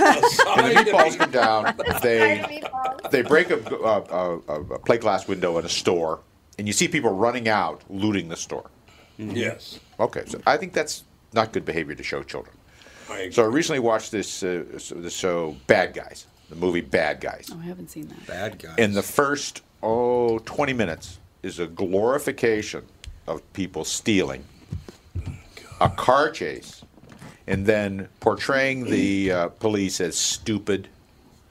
the meatballs come down. They they break a, a, a, a plate glass window in a store, and you see people running out looting the store. Mm-hmm. Yes. Okay, so I think that's not good behavior to show children. so I recently watched this uh, the show Bad Guys, the movie Bad Guys. Oh, I haven't seen that. Bad guy. In the first oh 20 minutes is a glorification of people stealing a car chase and then portraying the uh, police as stupid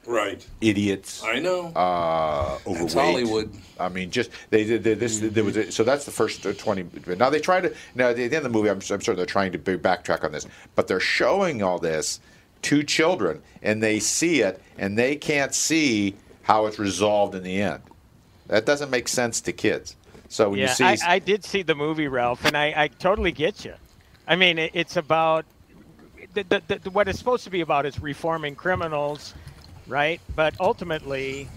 Right. idiots I know uh overweight Hollywood. i mean just they did they- this there was a, so that's the first uh, 20 but now they try to now at the end of the movie i'm, I'm sure they're trying to b- backtrack on this but they're showing all this to children and they see it and they can't see how it's resolved in the end that doesn't make sense to kids so when yeah, you see I, I did see the movie, Ralph, and I, I totally get you. I mean, it, it's about the, the, the, what it's supposed to be about is reforming criminals, right? But ultimately,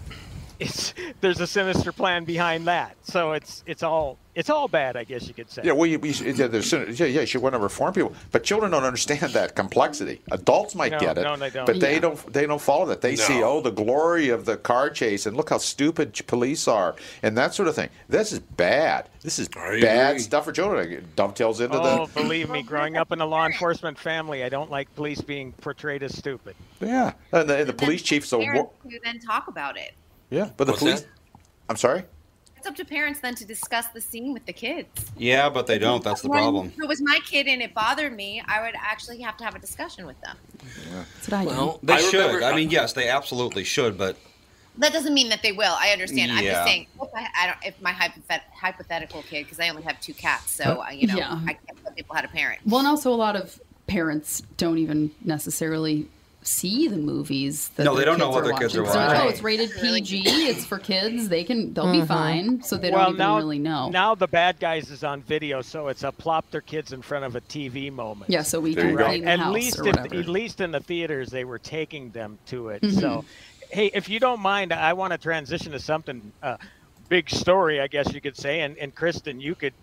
it's there's a sinister plan behind that. So it's it's all it's all bad, I guess you could say. yeah, well, you, you should, yeah, there's, yeah, yeah, you should want to reform people, but children don't understand that complexity. Adults might No, get it, no, they don't. but they Yeah. don't. They don't follow that. They see, oh, the glory of the car chase, and look how stupid ch- police are, and that sort of thing. This is bad. This is bad agree. stuff for children. It dovetails into Oh, the believe me, growing up in a law enforcement family, I don't like police being portrayed as stupid. yeah, and the, and the police chief's a Parents wo- who then talk about it. yeah, but the What's police. that? I'm sorry. It's up to parents then to discuss the scene with the kids. Yeah, but they don't. That's the When problem. If it was my kid and it bothered me, I would actually have to have a discussion with them. That's what I do. Well, they I should. remember- I mean, yes, they absolutely should, but That doesn't mean that they will. I understand. I'm Yeah. just saying, if I, I don't, if my hypothet- hypothetical kid, because I only have two cats, so uh, you know, Yeah. I can't tell people how to parent. Well, and also a lot of parents don't even necessarily see the movies. That No, they their don't know kids what are their kids are watching. So, watching. oh, it's rated PG. It's for kids. They can. They'll be Mhm. fine. So they don't well, even now, really know. Now the bad guys is on video, so it's a plop their kids in front of a TV moment. Yeah, so we There can you go. clean the at house least or in, whatever. at least in the theaters they were taking them to it. Mhm. So, hey, if you don't mind, I want to transition to something uh, big story, I guess you could say, and and Kristen, you could.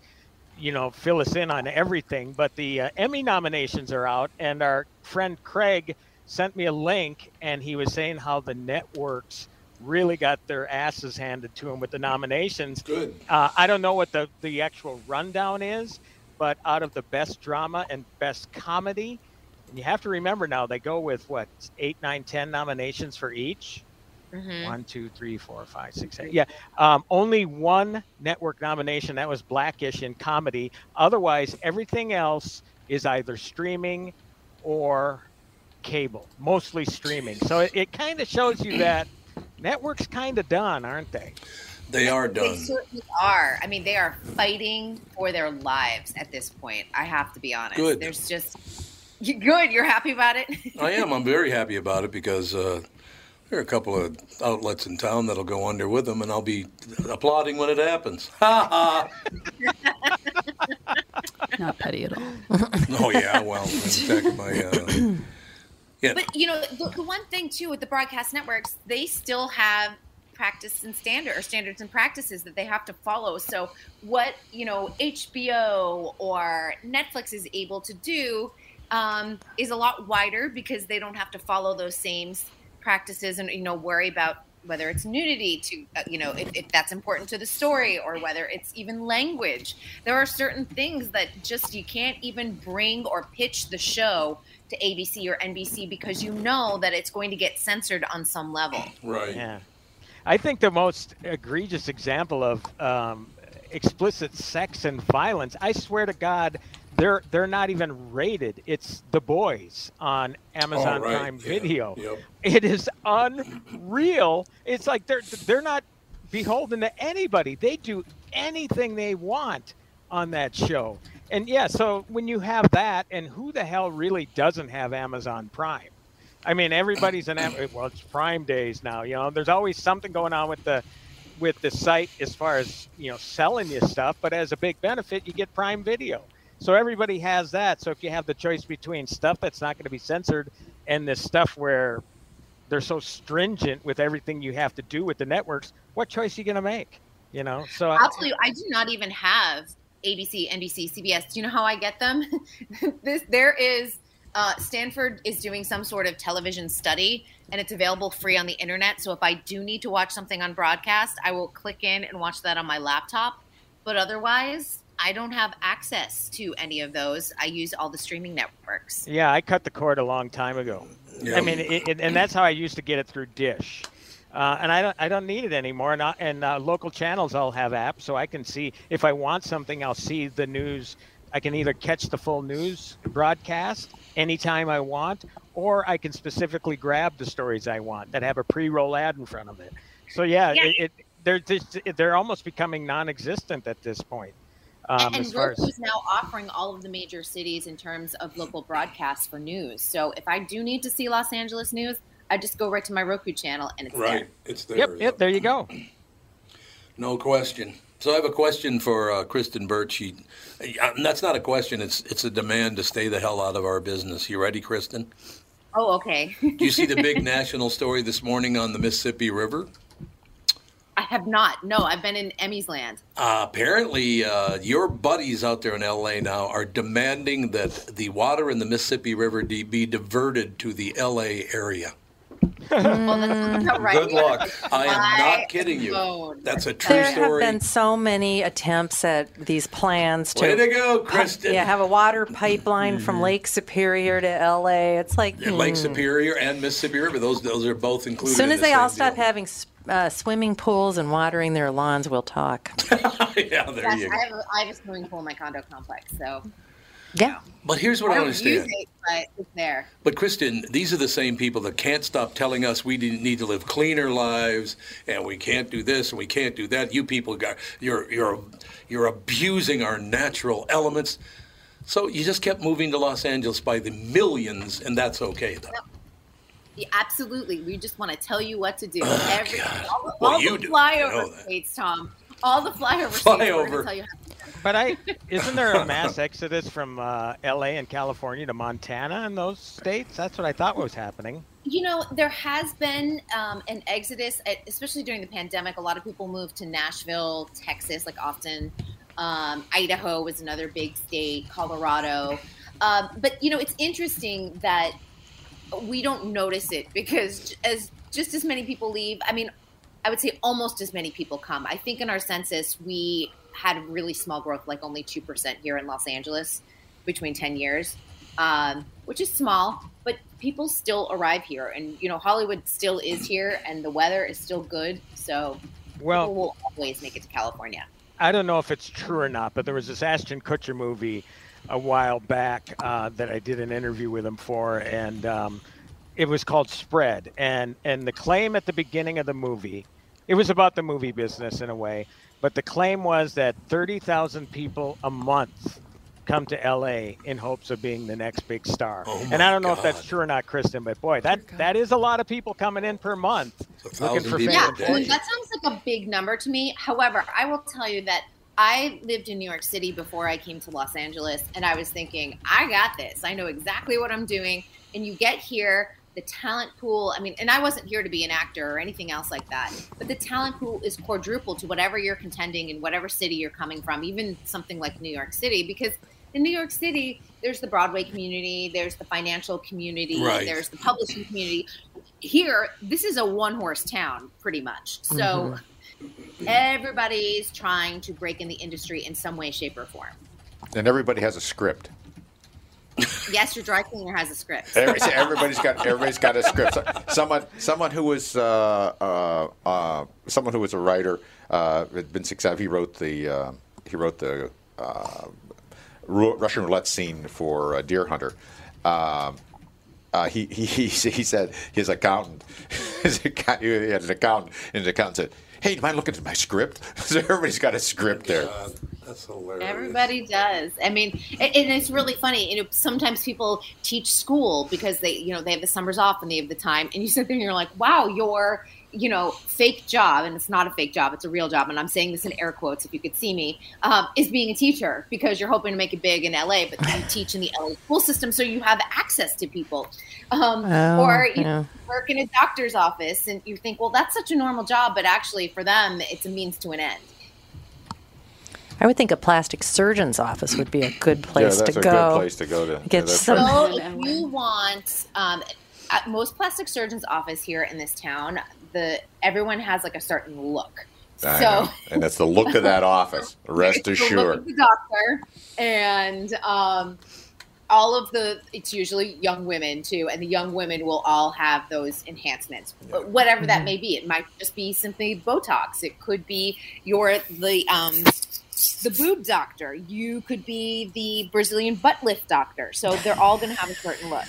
You know, fill us in on everything, but the uh, Emmy nominations are out, and our friend Craig sent me a link, and he was saying how the networks really got their asses handed to them with the nominations. Good. Uh, I don't know what the, the actual rundown is, but out of the best drama and best comedy, and you have to remember now they go with what eight, nine, ten nominations for each. Mhm. One, two, three, four, five, six, eight. Yeah, um, only one network nomination that was Blackish in comedy. Otherwise, everything else is either streaming or cable, mostly streaming. So it, it kind of shows you that networks kind of done, aren't they? They are They certainly are. I mean, they are fighting for their lives at this point. I have to be honest. Good. There's just you good. You're happy about it. I am. I'm very happy about it because uh, there are a couple of outlets in town that'll go under with them, and I'll be applauding when it happens. Ha ha! Not petty at all. Oh yeah. Well, in fact, my uh, yeah. But you know, the, the one thing too with the broadcast networks, they still have practice and standard or standards and practices that they have to follow. So what you know HBO or Netflix is able to do um, is a lot wider because they don't have to follow those same practices and you know worry about whether it's nudity to uh, you know if, if that's important to the story or whether it's even language there are certain things that just you can't even bring or pitch the show to abc or nbc because you know that it's going to get censored on some level Right. Yeah. I think the most egregious example of um, explicit sex and violence. I swear to God, they're they're not even rated. It's The Boys on Amazon Oh, right. Prime Yeah. Video. Yep. It is unreal. It's like they're they're not beholden to anybody. They do anything they want on that show. And yeah, so when you have that, and who the hell really doesn't have Amazon Prime? I mean, everybody's an Am- well. It's Prime days now. You know, there's always something going on with the with the site as far as you know selling you stuff. But as a big benefit, you get Prime Video. So everybody has that. So if you have the choice between stuff that's not going to be censored and this stuff where they're so stringent with everything you have to do with the networks, what choice are you going to make? You know, so I- I'll tell you, I do not even have ABC, NBC, CBS. Do you know how I get them? this there is uh, Stanford is doing some sort of television study, and it's available free on the internet. So if I do need to watch something on broadcast, I will click in and watch that on my laptop. But otherwise, I don't have access to any of those. I use all the streaming networks. Yeah, I cut the cord a long time ago. Yeah. I mean, it, it, and that's how I used to get it through Dish. Uh, and I don't, I don't need it anymore. And, I, and uh, local channels all have apps, so I can see if I want something, I'll see the news. I can either catch the full news broadcast anytime I want, or I can specifically grab the stories I want that have a pre-roll ad in front of it. So yeah, Yeah. It, it they're just, they're almost becoming non-existent at this point. Um, and as far Roku as is now offering all of the major cities in terms of local broadcasts for news. So if I do need to see Los Angeles news, I just go right to my Roku channel and it's Right. there. It's there. Yep, yep, there you go. No question. So I have a question for uh, Kristen Birch. She, uh, that's not a question. It's it's a demand to stay the hell out of our business. You ready, Kristen? Oh, okay. Do you see the big national story this morning on the Mississippi River? I have not. No, I've been in Emmy's land. Uh, apparently, uh, your buddies out there in LA now are demanding that the water in the Mississippi River de- be diverted to the LA area. well, that's not right. Good luck. I am I not kidding you. won't. That's a true There have story. been so many attempts at these plans to Way to go, pi- Kristen. Mm-hmm. yeah, have a water pipeline from Lake Superior to LA. It's like Yeah, Lake hmm. Superior and Mississippi River; those those are both included. As soon in as the they all same stop having s- uh, swimming pools and watering their lawns, we'll talk. deal. yeah, there That's- you I go. have, a, I have a swimming pool in my condo complex, so Yeah. But here's what I, I don't use understand. it, but it's there. But Kristen, these are the same people that can't stop telling us we didn't need to live cleaner lives, and we can't do this and we can't do that. You people got you're you're you're abusing our natural elements. So you just kept moving to Los Angeles by the millions, and that's okay though. Yeah, absolutely. We just want to tell you what to do. Every, all the, Well, all Oh, you the do. I know flyover that. states, Tom. All the flyover states. We're Flyover. gonna tell you how to But I isn't there a mass exodus from uh, L.A. and California to Montana and those states? That's what I thought was happening. You know, there has been um, an exodus, especially during the pandemic. A lot of people moved to Nashville, Texas, like often. Um, Idaho was another big state, Colorado. Um, but, you know, it's interesting that we don't notice it because as just as many people leave, I mean, I would say almost as many people come. I think in our census, we had really small growth, like only 2% here in Los Angeles between 10 years, um, which is small, but people still arrive here. And, you know, Hollywood still is here and the weather is still good. So Well- people will always make it to California. I don't know if it's true or not, but there was this Ashton Kutcher movie a while back uh, that I did an interview with him for, and um, it was called Spread. And and the claim at the beginning of the movie, it was about the movie business in a way, but the claim was that thirty thousand people a month come to L.A. in hopes of being the next big star. Oh and I don't know if that's true or not, Kristen, but boy, that that is a lot of people coming in per month looking 1,000 for people fame. a day. That sounds like a big number to me. However, I will tell you that I lived in New York City before I came to Los Angeles, and I was thinking, I got this. I know exactly what I'm doing. And you get here, the talent pool. I mean, and I wasn't here to be an actor or anything else like that, but the talent pool is quadruple to whatever you're contending in whatever city you're coming from, even something like New York City, because in New York City, there's the Broadway community, there's the financial community, Right. there's the publishing community here this is a one horse town pretty much so everybody's trying to break in the industry in some way shape or form And everybody has a script. yes your dry cleaner has a script Every, everybody's got everybody's got a script. So- Someone someone who was uh, uh, uh, someone who was a writer uh, had been successful. He wrote the uh, he wrote the uh, Ru- Russian roulette scene for uh, Deer Hunter. Um, uh, he, he, he he said his accountant his account, he had an accountant and his accountant said, "Hey, do you mind looking at my script?" so everybody's got a script there. That's hilarious. everybody does i mean a- and it's really funny you know sometimes people teach school because they you know they have the summers off and they have the time and you sit there and you're like wow your you know fake job and it's not a fake job it's a real job and i'm saying this in air quotes if you could see me um, is being a teacher because you're hoping to make it big in la but you teach in the la school system so you have access to people um, Oh, or you yeah. work in a doctor's office and you think well that's such a normal job but actually for them it's a means to an end I would think a plastic surgeon's office would be a good place that's to a go. good place to go to. Get Yeah, that's some- So if you want, um, at most plastic surgeons' office here in this town, the everyone has like a certain look. I so know. and that's the look of that office. Rest the look assured. of the doctor and um, all of the. It's usually young women too, and the young women will all have those enhancements, wh- whatever that may be. It might just be simply Botox. It could be your the um, the boob doctor. You could be the Brazilian butt lift doctor. So they're all going to have a certain look.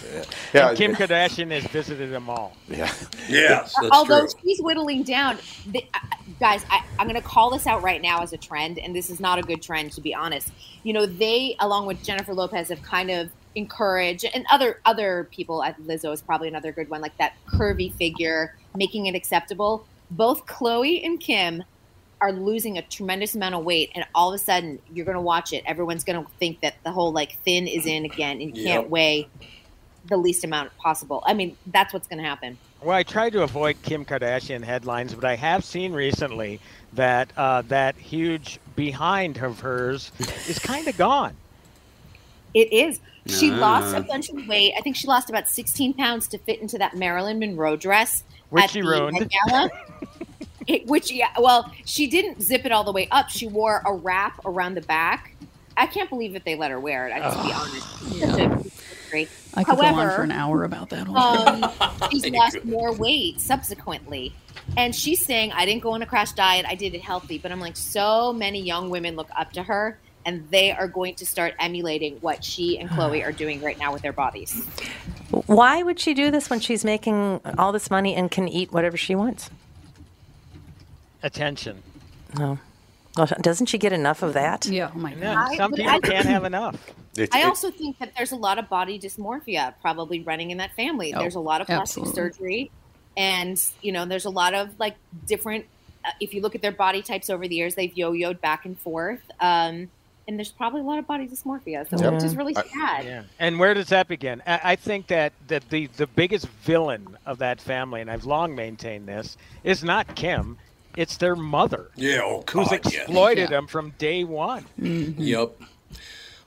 Yeah, And Kim Kardashian has visited them all. Yeah. Yes, Although she's whittling down, the, uh, guys, I, I'm going to call this out right now as a trend, and this is not a good trend to be honest. You know, they, along with Jennifer Lopez, have kind of encouraged, and other other people. uh, Lizzo is probably another good one, like that curvy figure, making it acceptable. Both Chloe and Kim are losing a tremendous amount of weight, and all of a sudden, you're going to watch it. Everyone's going to think that the whole like thin is in again, and you can't Yep. weigh the least amount possible. I mean, that's what's going to happen. Well, I tried to avoid Kim Kardashian headlines, but I have seen recently that uh, that huge behind of hers is kind of gone. It is. She Ah. lost a bunch of weight. I think she lost about 16 pounds to fit into that Marilyn Monroe dress. Which at she the ruined. Met Gala. It- which, yeah, well, she didn't zip it all the way up. She wore a wrap around the back. I can't believe that they let her wear it. I have to be honest. Yeah. Mm-hmm. I could go on for an hour about that. Whole Um, she's lost more weight subsequently. And she's saying, I didn't go on a crash diet. I did it healthy. But I'm like, so many young women look up to her and they are going to start emulating what she and Chloe are doing right now with their bodies. Why would she do this when she's making all this money and can eat whatever she wants? Attention. No. Well, Doesn't she get enough of that? Yeah. Oh my Yeah, some people can't have enough. It's- I it's- also think that there's a lot of body dysmorphia probably running in that family. Oh, there's a lot of plastic absolutely. surgery, and you know, there's a lot of like different. Uh, if you look at their body types over the years, they've yo-yoed back and forth, um, and there's probably a lot of body dysmorphia, so, Yep. which is really I- sad. Yeah. And where does that begin? I, I think that the, the the biggest villain of that family, and I've long maintained this, is not Kim. It's their mother. Yeah, oh, who's God, yeah. exploited Yeah. them from day one. Mm-hmm. Yep.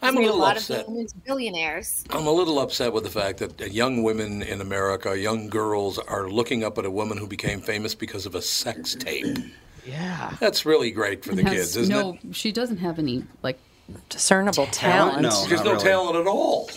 I'm a There's little lot upset. of women who's billionaires. I'm a little upset with the fact that uh, young women in America, young girls, are looking up at a woman who became famous because of a sex tape. Yeah. That's really great for the Has kids, isn't Ah. no, it? she doesn't have any like discernible talent. There's no talent at all.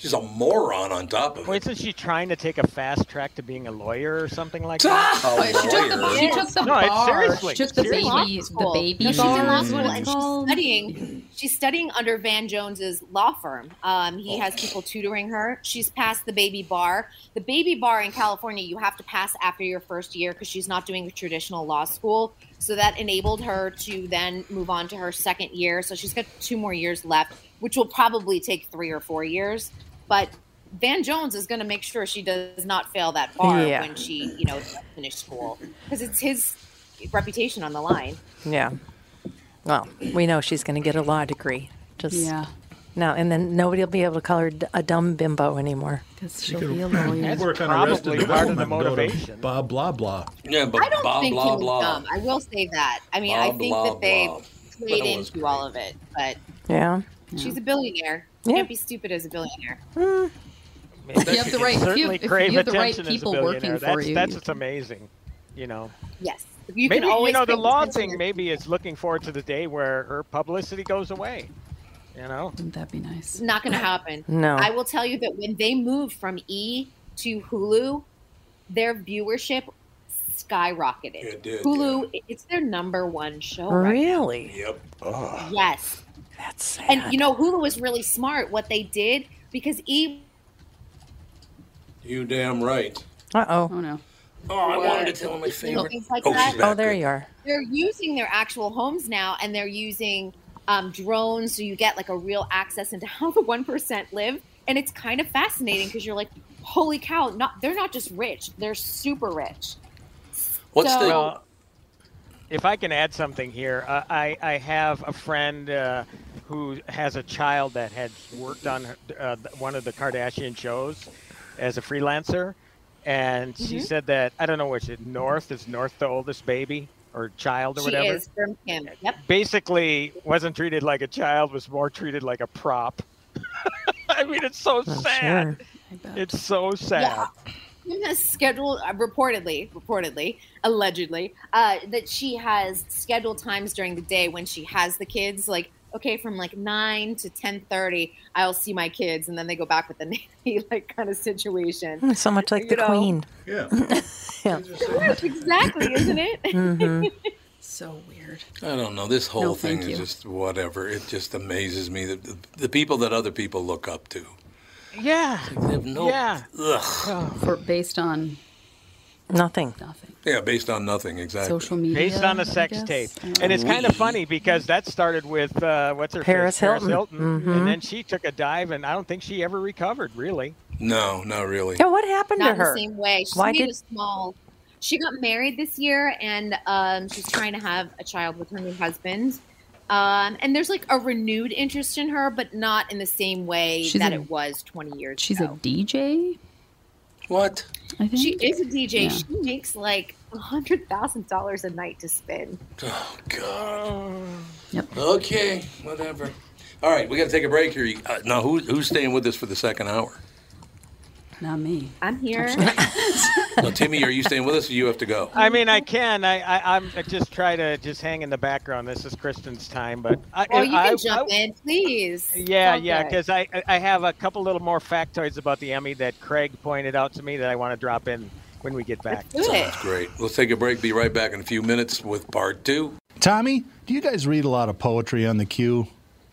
She's a moron on top of it. Wait, isn't she trying to take a fast track to being a lawyer or something like that? Oh, she took the- she took the no, it's bar. seriously. She took the seriously. baby- the School. baby No, she's in bar Mm-hmm. law is school what it's and she's studying. She's studying under Van Jones's law firm. Um, he has people tutoring her. She's passed the baby bar. The baby bar in California, you have to pass after your first year because she's not doing a traditional law school. So that enabled her to then move on to her second year. So she's got two more years left, which will probably take three or four years. But Van Jones is going to make sure she does not fail that bar Yeah. when she, you know, finishes school because it's his reputation on the line. Yeah. Well, we know she's going to get a law degree. Just Yeah. No, and then nobody will be able to call her d- a dumb bimbo anymore. Because she'll could be a lawyer. work on probably arrested part of the development. and go to motivation. Blah blah blah. Yeah, but I don't think he was dumb. I will say that. I mean, I Blah, think blah, that they blah. played That was into all of it, but Yeah. she's a billionaire. Yeah. Hmm. Can't be stupid as a billionaire. If you have the right- if you- certainly if you crave have the right attention as a people working billionaire. for that's, you, That's you what's amazing, you know. Yes. You maybe can always you know the pay law attention thing. Maybe is looking forward to the day where her publicity goes away. You know, wouldn't that be nice? It's not going to happen. No. I will tell you that when they moved from E to Hulu, their viewership skyrocketed. It did, Hulu, it's their number one Oh, show. right now. Really? Yep. Yes. That's sad. And you know, Hulu was really smart what they did because E You damn right. Uh oh. Oh no. Oh, I wanted to was tell my little favorite. things like oh, that. she's back. Oh, there you are. they're using their actual homes now and they're using um, drones so you get like a real access into how the 1% live and it's kind of fascinating because you're like holy cow not they're not just rich they're super rich What's So- Well, if I can add something here, uh, I I have a friend uh, who has a child that had worked on her- uh, one of the Kardashian shows as a freelancer, and she Mhm. said that I don't know which is North is North the oldest baby or child or she whatever. is from Kim. Yep. Basically, wasn't treated like a child; was more treated like a prop. I mean, it's so sad. It's so sad. Kim has scheduled uh, reportedly, reportedly, allegedly, uh, that she has scheduled times during the day when she has the kids. Like, okay, from like nine to ten thirty, I'll see my kids, and then they go back with the nanny, like kind of situation. Hmm, So much like the You know? queen. Yeah. yeah. Yes, exactly, isn't it? Mhm. Mm-hmm. So weird. I don't know. This whole No, thing thank is you. just whatever. It just amazes me that the, the people that other people look up to. Yeah. They have no. Yeah. Ugh. For based on Nothing. Yeah, based on nothing, exactly. Social media, based on I a sex guess. tape. I don't And it's know. kind of funny because that started with uh, what's her Paris face? Paris Hilton. Hilton, Mhm. and then she took a dive, and I don't think she ever recovered really. No, not really. Yeah, what happened Not to in her? the same way. She Why made did- a small. She got married this year, and um, she's trying to have a child with her new husband. Um, and there's like a renewed interest in her, but not in the same way She's that a- it was 20 years She's ago. a DJ. What? I think She is a DJ. Yeah. She makes like a hundred thousand dollars a night to spend. Oh God. Yep. Okay, whatever. All right, we got to take a break here. You- Uh, now, who, who's staying with us for the second hour? not me. I'm here. Now, Timmy, are you staying with us, or you have to go? I mean, I can. I, I I'm I just try to just hang in the background. This is Kristen's time, but I, oh, you can I- jump in, please. Yeah, It's all yeah, good. because I I have a couple little more factoids about the Emmy that Craig pointed out to me that I want to drop in when we get back. Do it. Great. Let's take a break. Be right back in a few minutes with part two. Tommy, do you guys read a lot of poetry on the queue?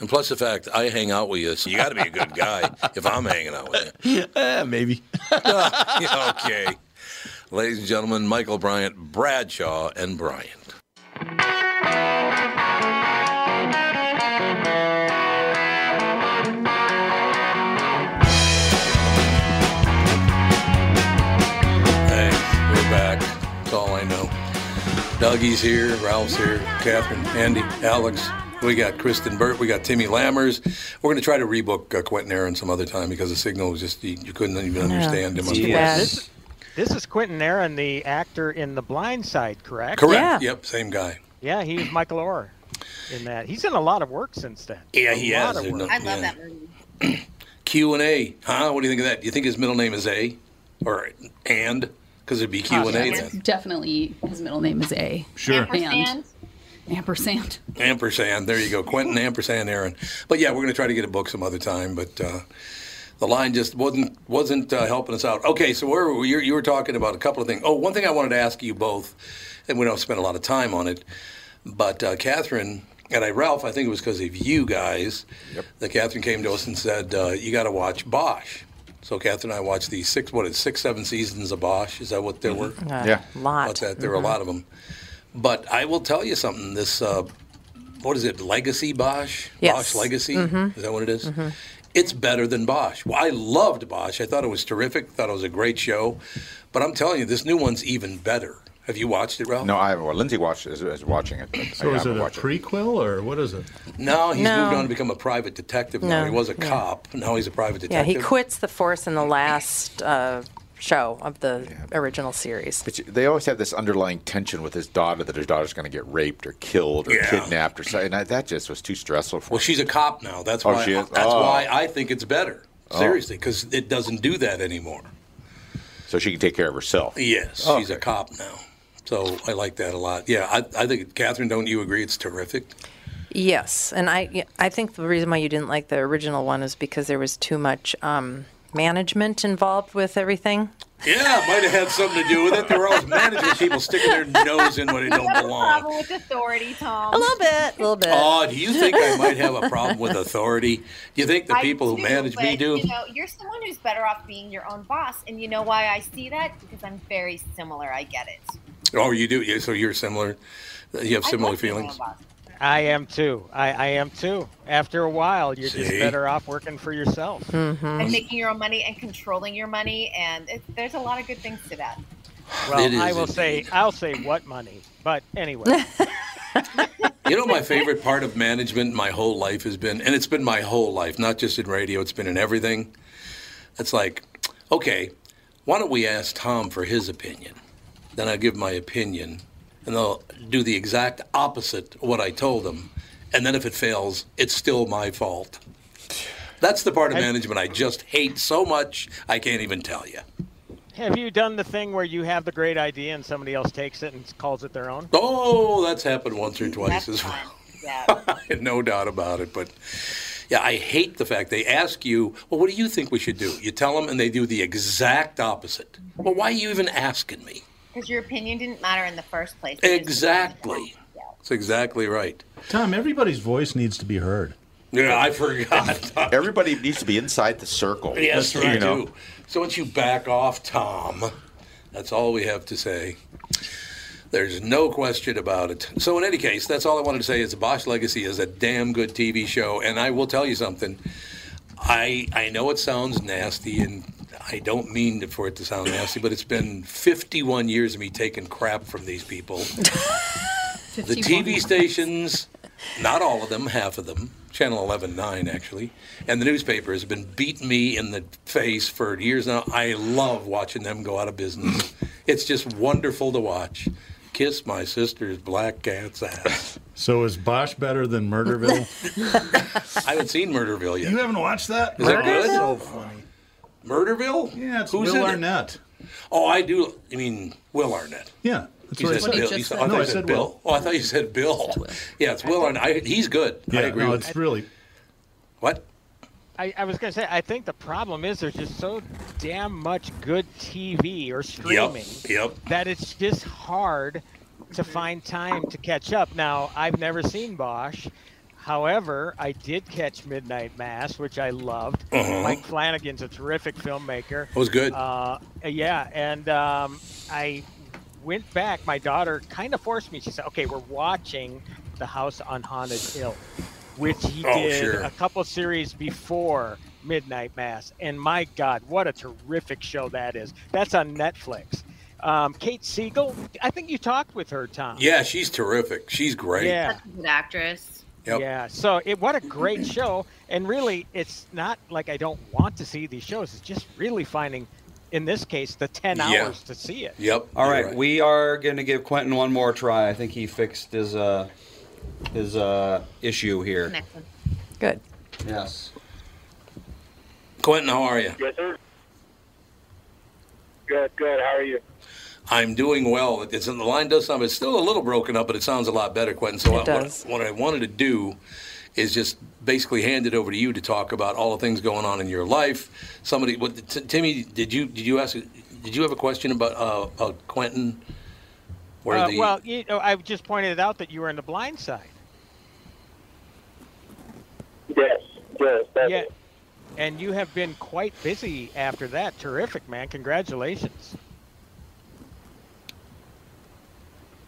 And plus the fact I hang out with you, so you got to be a good guy if I'm hanging out with Eh, maybe. you. okay. Ladies and gentlemen, Michael Bryant, Bradshaw, and Bryant. Hey, we're back. That's all I know. Dougie's here, Ralph's here, Catherine, Andy, Alex. We got Kristen Burt. We got Timmy Lammers. We're going to try to rebook uh, Quentin Aaron some other time because the signal was just, you, you couldn't even understand him. unfortunately. This, this is Quentin Aaron, the actor in The Blind Side, correct? Correct. Yep, same guy. Yeah, he was Michael Orr in that. He's in a lot of work since then. Yeah, A he lot has. of There's work. no- I love yeah. that Q and A, huh? What do you think of that? Do you think his middle name is A or and? Because it'd be Q and A It's then. Definitely, his middle name is A. Sure. And ampersand. Ampersand. There you go, Quentin Ampersand Aaron. But yeah, we're going to try to get a book some other time. But uh, the line just wasn't wasn't uh, helping us out. Okay, so where were you, you were talking about a couple of things. Oh, one thing I wanted to ask you both, and we don't spend a lot of time on it, but uh, Catherine and I, Ralph, I think it was because of you guys that Catherine came to us and said uh, you got to watch Bosch. So Catherine and I watched the six what is it, six seven seasons of Bosch. Is that what there were? Uh, Yeah. lot. About that there were Mhm. a lot of them. But I will tell you something. This uh, what is it? Legacy Bosch. Yes. Bosch Legacy. Mhm. Is that what it is? It's better than Bosch. Well, I loved Bosch. I thought it was terrific. Thought it was a great show. But I'm telling you, this new one's even better. Have you watched it, Ralph? No, I haven't. Well, Lindsay watched is, is watching it. but So I is haven't it a watched prequel or what is it? No, he's No. moved on to become a private detective now. No, He was a yeah. cop. Now he's a private Yeah, detective. he quits the force in the last uh, show of the original series. But you- they always have this underlying tension with his daughter that his daughter's going to get raped or killed or Yeah. kidnapped or something. And I, that just was too stressful for Well, she's a cop now. That's Oh, why. she is? That's Oh. why I think it's better. Oh. Seriously, because it doesn't do that anymore. So she can take care of herself. Yes, she's a cop now. So I like that a lot. Yeah, I, I think Catherine, don't you agree? It's terrific. Yes, and I yeah, I think the reason why you didn't like the original one is because there was too much um, management involved with everything. Yeah, it might have had something to do with it. There were always management people sticking their nose in when it don't belong. with authority, Tom. A little bit, a little bit. Oh, do you think I might have a problem with authority? Do you think the I people who do, manage me but, do? You know, you're someone who's better off being your own boss, and you know why I see that because I'm very similar. I get it. Oh, you do. Yeah, So you're similar. You have similar feelings. I am too. I, I am too. After a while, you're just See? better off working for yourself. And making your own money and controlling your money, and it, there's a lot of good things to that. It Well, is I will say, I'll say what money, but anyway. You know, my favorite part of management my whole life has been, and it's been my whole life, not just in radio, it's been in everything. It's like, okay, Why don't we ask Tom for his opinion? Then I give my opinion, and they'll do the exact opposite of what I told them. And then if it fails, it's still my fault. That's the part of I- management I just hate so much I can't even tell you. Have you done the thing where you have the great idea and somebody else takes it and calls it their own? Oh, that's happened once or twice as well. no doubt about it. But yeah, I hate the fact they ask you, well, what do you think we should do? You tell them, and they do the exact opposite. Well, why are you even asking me? Because your opinion didn't matter in the first place. Exactly. That's exactly right. Tom, everybody's voice needs to be heard. Yeah, I forgot. Everybody needs to be inside the circle. Yes, you we know. do. So once you back off, Tom, that's all we have to say. There's no question about it. So in any case, that's all I wanted to say is the Bosch Legacy is a damn good TV show, and I will tell you something. I I know it sounds nasty, and I don't mean to- for it to sound nasty, but it's been 51 years of me taking crap from these people. The TV stations, not all of them, half of them, Channel 11, 9 actually, and the newspapers have been beating me in the face for years now. I love watching them go out of business. It's just wonderful to watch. Kiss my sister's black cat's ass. So is Bosch better than Murderville? I haven't seen Murderville yet. you haven't watched that? Is that good? So funny. Murderville? Yeah, it's Who's Will in it? Arnett. Oh, I do. I mean, Will Arnett. Yeah, that's You what I said said. Bill. You said- I No, thought I you said said Bill. Oh, I thought you said Bill. Yeah, it's Will Arnett. I, he's good. Yeah, I agree no, with it's that. really What? I, I was going to say, I think the problem is there's just so damn much good TV or streaming Yep. that it's just hard to find time to catch up. Now, I've never seen Bosch. However, I did catch Midnight Mass, which I loved. Uh-huh. Mike Flanagan's a terrific filmmaker. That was good. Uh, yeah, and um, I went back. My daughter kind of forced me. She said, "Okay, we're watching The House on Haunted Hill," which he Oh, did sure. a couple series before Midnight Mass. And my God, what a terrific show that is! That's on Netflix. Um, Kate Siegel, I think you talked with her, Tom. Yeah, she's terrific. She's great. Yeah. Good actress. Yep. Yeah. So it what a great show. And really it's not like I don't want to see these shows. It's just really finding in this case the ten Yeah. hours to see it. Yep. All right, we are going to give Quentin one more try. I think he fixed his uh his uh issue here. Next one. Good. Yes. Quentin, how are you? Yes, sir. Good, good. How are you? I'm doing well. It's the line does sound. It's still a little broken up, but it sounds a lot better, Quentin. So It what- does. What, I wanted to do is just basically hand it over to you to talk about all the things going on in your life. Somebody, what, t- Timmy, did you did you ask? Did you have a question about uh, uh, Quentin? Uh, well, you know, I just pointed out that you were in the blind side. Yes, yes. That's Yeah. And you have been quite busy after that. Terrific, man. Congratulations.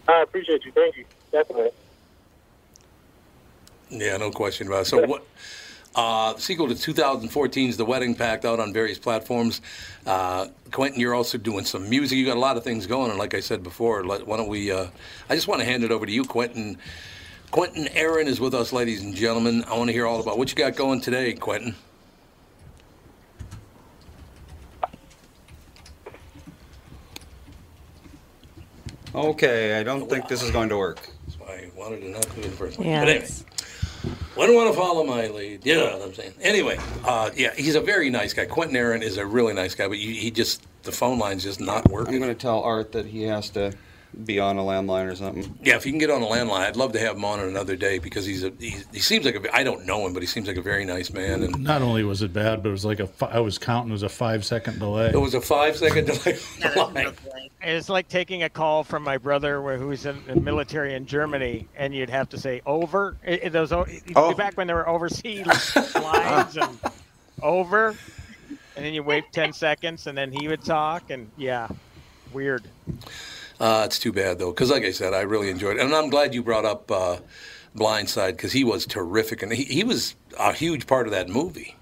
I appreciate you. Thank you. Definitely. Yeah, no question about it. So what? Uh, sequel to 2014's The Wedding Pact out on various platforms. Uh, Quentin, you're also doing some music. You got a lot of things going, and like I said before, let, why don't we? Uh, I just want to hand it over to you, Quentin. Quentin Aaron is with us, ladies and gentlemen. I want to hear all about what you got going today, Quentin. Okay, I don't think this is going to work. That's why I wanted to not do it in the first Yeah. But anyway, wouldn't want to follow my lead. You know what I'm saying? Anyway, uh, yeah, he's a very nice guy. Quentin Aaron is a really nice guy, but you, he just the phone line's just not working. I'm going to tell Art that he has to be on a landline or something. Yeah, if you can get on a landline, I'd love to have him on another day because he's a he, he seems like a I don't know him, but he seems like a very nice man, and Not only was it bad, but it was like a fi- I was counting it was a five second delay. it was a five second delay. It's like taking a call from my brother wh- who's in the military in Germany, and you'd have to say over. It, it, those, o- it- it'd be Oh. Back when there were overseas lines and over, and then you wait 10 seconds, and then he would talk, and yeah, weird. Uh, it's too bad though, because like I said, I really enjoyed it, and I'm glad you brought up uh, Blindside because he was terrific, and he, he was a huge part of that movie.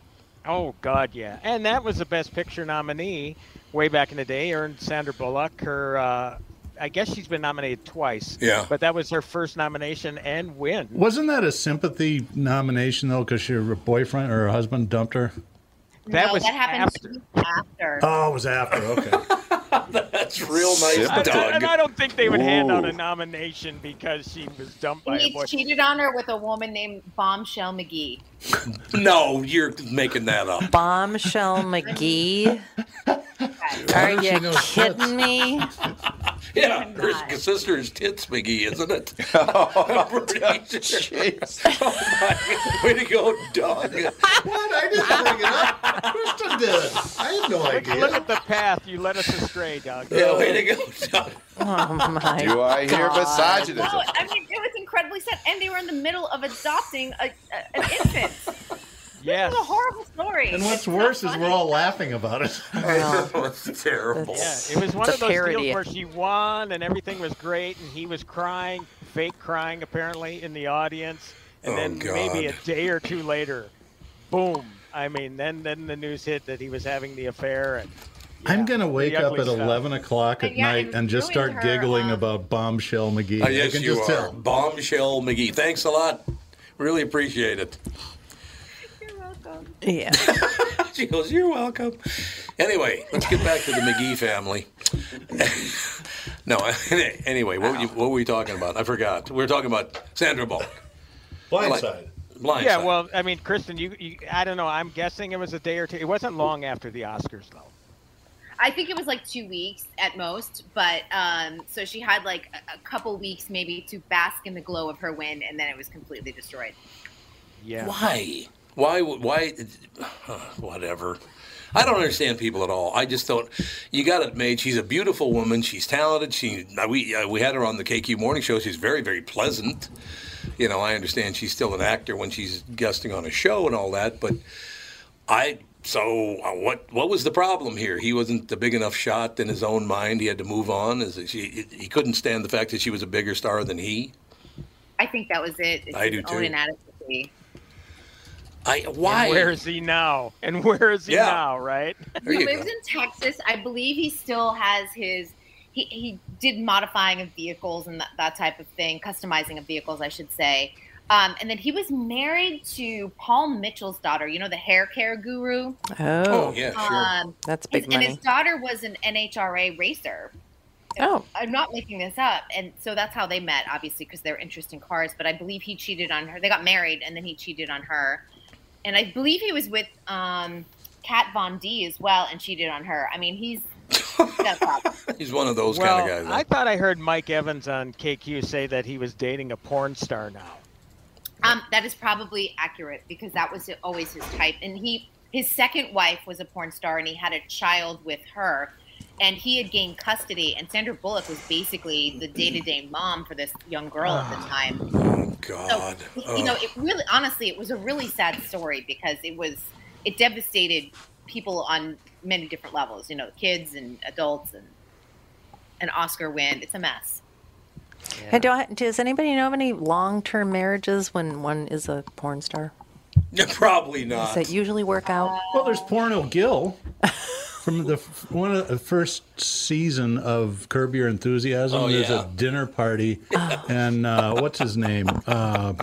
Oh, God, yeah. And that was the Best Picture nominee way back in the day, earned Sandra Bullock her. Uh, I guess she's been nominated twice. Yeah. But that was her first nomination and win. Wasn't that a sympathy nomination though, because your boyfriend or her husband dumped her? That no, was that happened after. after. Oh, it was after. Okay. That's real nice, I, Doug. and I don't think they would hand out Whoa. a nomination because she was dumped by a He boy. cheated on her with a woman named Bombshell McGee. No, you're making that up. Bombshell McGee. Are you kidding me? Yeah, her sister is Tits McGee, isn't it? Oh, I'm pretty sure. Oh, my. Way to go, Doug. What? I didn't bring it up. Krista did. I had no Look- idea. Look at the path. You led us astray, Doug. Yeah, way to go, Doug. Oh, my Do I hear God. misogynism? No, I mean it was incredibly sad, and they were in the middle of adopting a, a, an infant. Yes. It's a horrible story. And what's It's not worse is funny. we're all laughing about it. That's terrible. Yeah, it was one of those deals where she won and everything was great, and he was crying, fake crying apparently in the audience, and Oh, then maybe a God. day or two later, boom. I mean, then then the news hit that he was having the affair, and I'm gonna wake up ugly at stuff. 11 o'clock at And yeah, night and and just Louis start her, giggling uh, about bombshell McGee. Ah, I yes, can you just are. tell. Bombshell McGee. Thanks a lot. Really appreciate it. Yeah. she goes, You're welcome. Anyway, let's get back to the McGee family. no, anyway, what, were you, what were we talking about? I forgot. We were talking about Sandra Bullock. Blindside. Blindside. Yeah, well, I mean, Kristen, you, you, I don't know. I'm guessing it was a day or two. It wasn't long after the Oscars, though. I think it was like two weeks at most, but um, so she had like a, a couple weeks maybe to bask in the glow of her win, and then it was completely destroyed. Yeah. Why? Why? would- Why? uh, Whatever. I don't understand people at all. I just don't. You got it made. She's a beautiful woman. She's talented. She we uh, we had her on the KQ morning show. She's very very pleasant. You know, I understand she's still an actor when she's guesting on a show and all that, but I so uh, what what was the problem here? He wasn't the big enough shot in his own mind. He had to move on. Is it- she, he couldn't stand the fact that she was a bigger star than he. I think that was it. It's I his do own too. inadequacy. I why? And where is he now? And where is he Yeah. now? Right. he lives in Texas. I believe he still has his. He, he did modifying of vehicles and that, that type of thing, customizing of vehicles, I should say. Um, and then he was married to Paul Mitchell's daughter, you know, the hair care guru. Oh, Um, Oh, yeah, sure. That's his- big and his money. daughter was an NHRA racer. Oh. I'm not making this up. And so that's how they met, obviously, because they're interested in cars. But I believe he cheated on her. They got married, and then he cheated on her. And I believe he was with um, Kat Von D as well, and cheated on her. I mean, he's that's awful. He's one of those well, kind of guys. I thought I heard Mike Evans on KQ say that he was dating a porn star now. um, that is probably accurate because that was always his type. And he, his second wife was a porn star, and he had a child with her. And he had gained custody, and Sandra Bullock was basically the day-to-day mom for this young girl at Ah. the time. Oh God. Oh. So, you know, it really, honestly, it was a really sad story because it was, it devastated people on many different levels. You know, kids and adults and an Oscar win. It's a mess. Hey, do I, does anybody know of any long-term marriages when one is a porn star? Yeah, probably Does not. that usually work out? Well, there's Porno Gill from the f- one of the first season of Curb Your Enthusiasm. Oh, there's yeah. a dinner party, Ah. and uh, what's his name? Uh,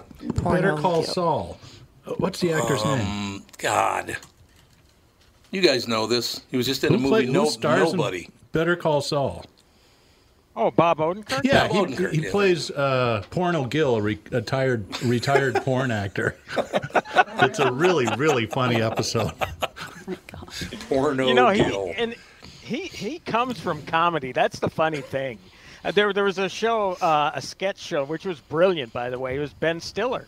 Better Call Gill. Saul. Uh, What's the actor's name? Um, God. You guys know this. He was just in a movie. played- who no, stars in nobody. Better Call Saul. Oh, Bob Odenkirk. Yeah, he, he plays uh, Porno Gill, a re- retired retired porn actor. it's a really really funny episode. Porno you know, he, Gill. and he he comes from comedy. That's the funny thing. Uh, there there was a show, uh, a sketch show, which was brilliant, by the way. It was Ben Stiller,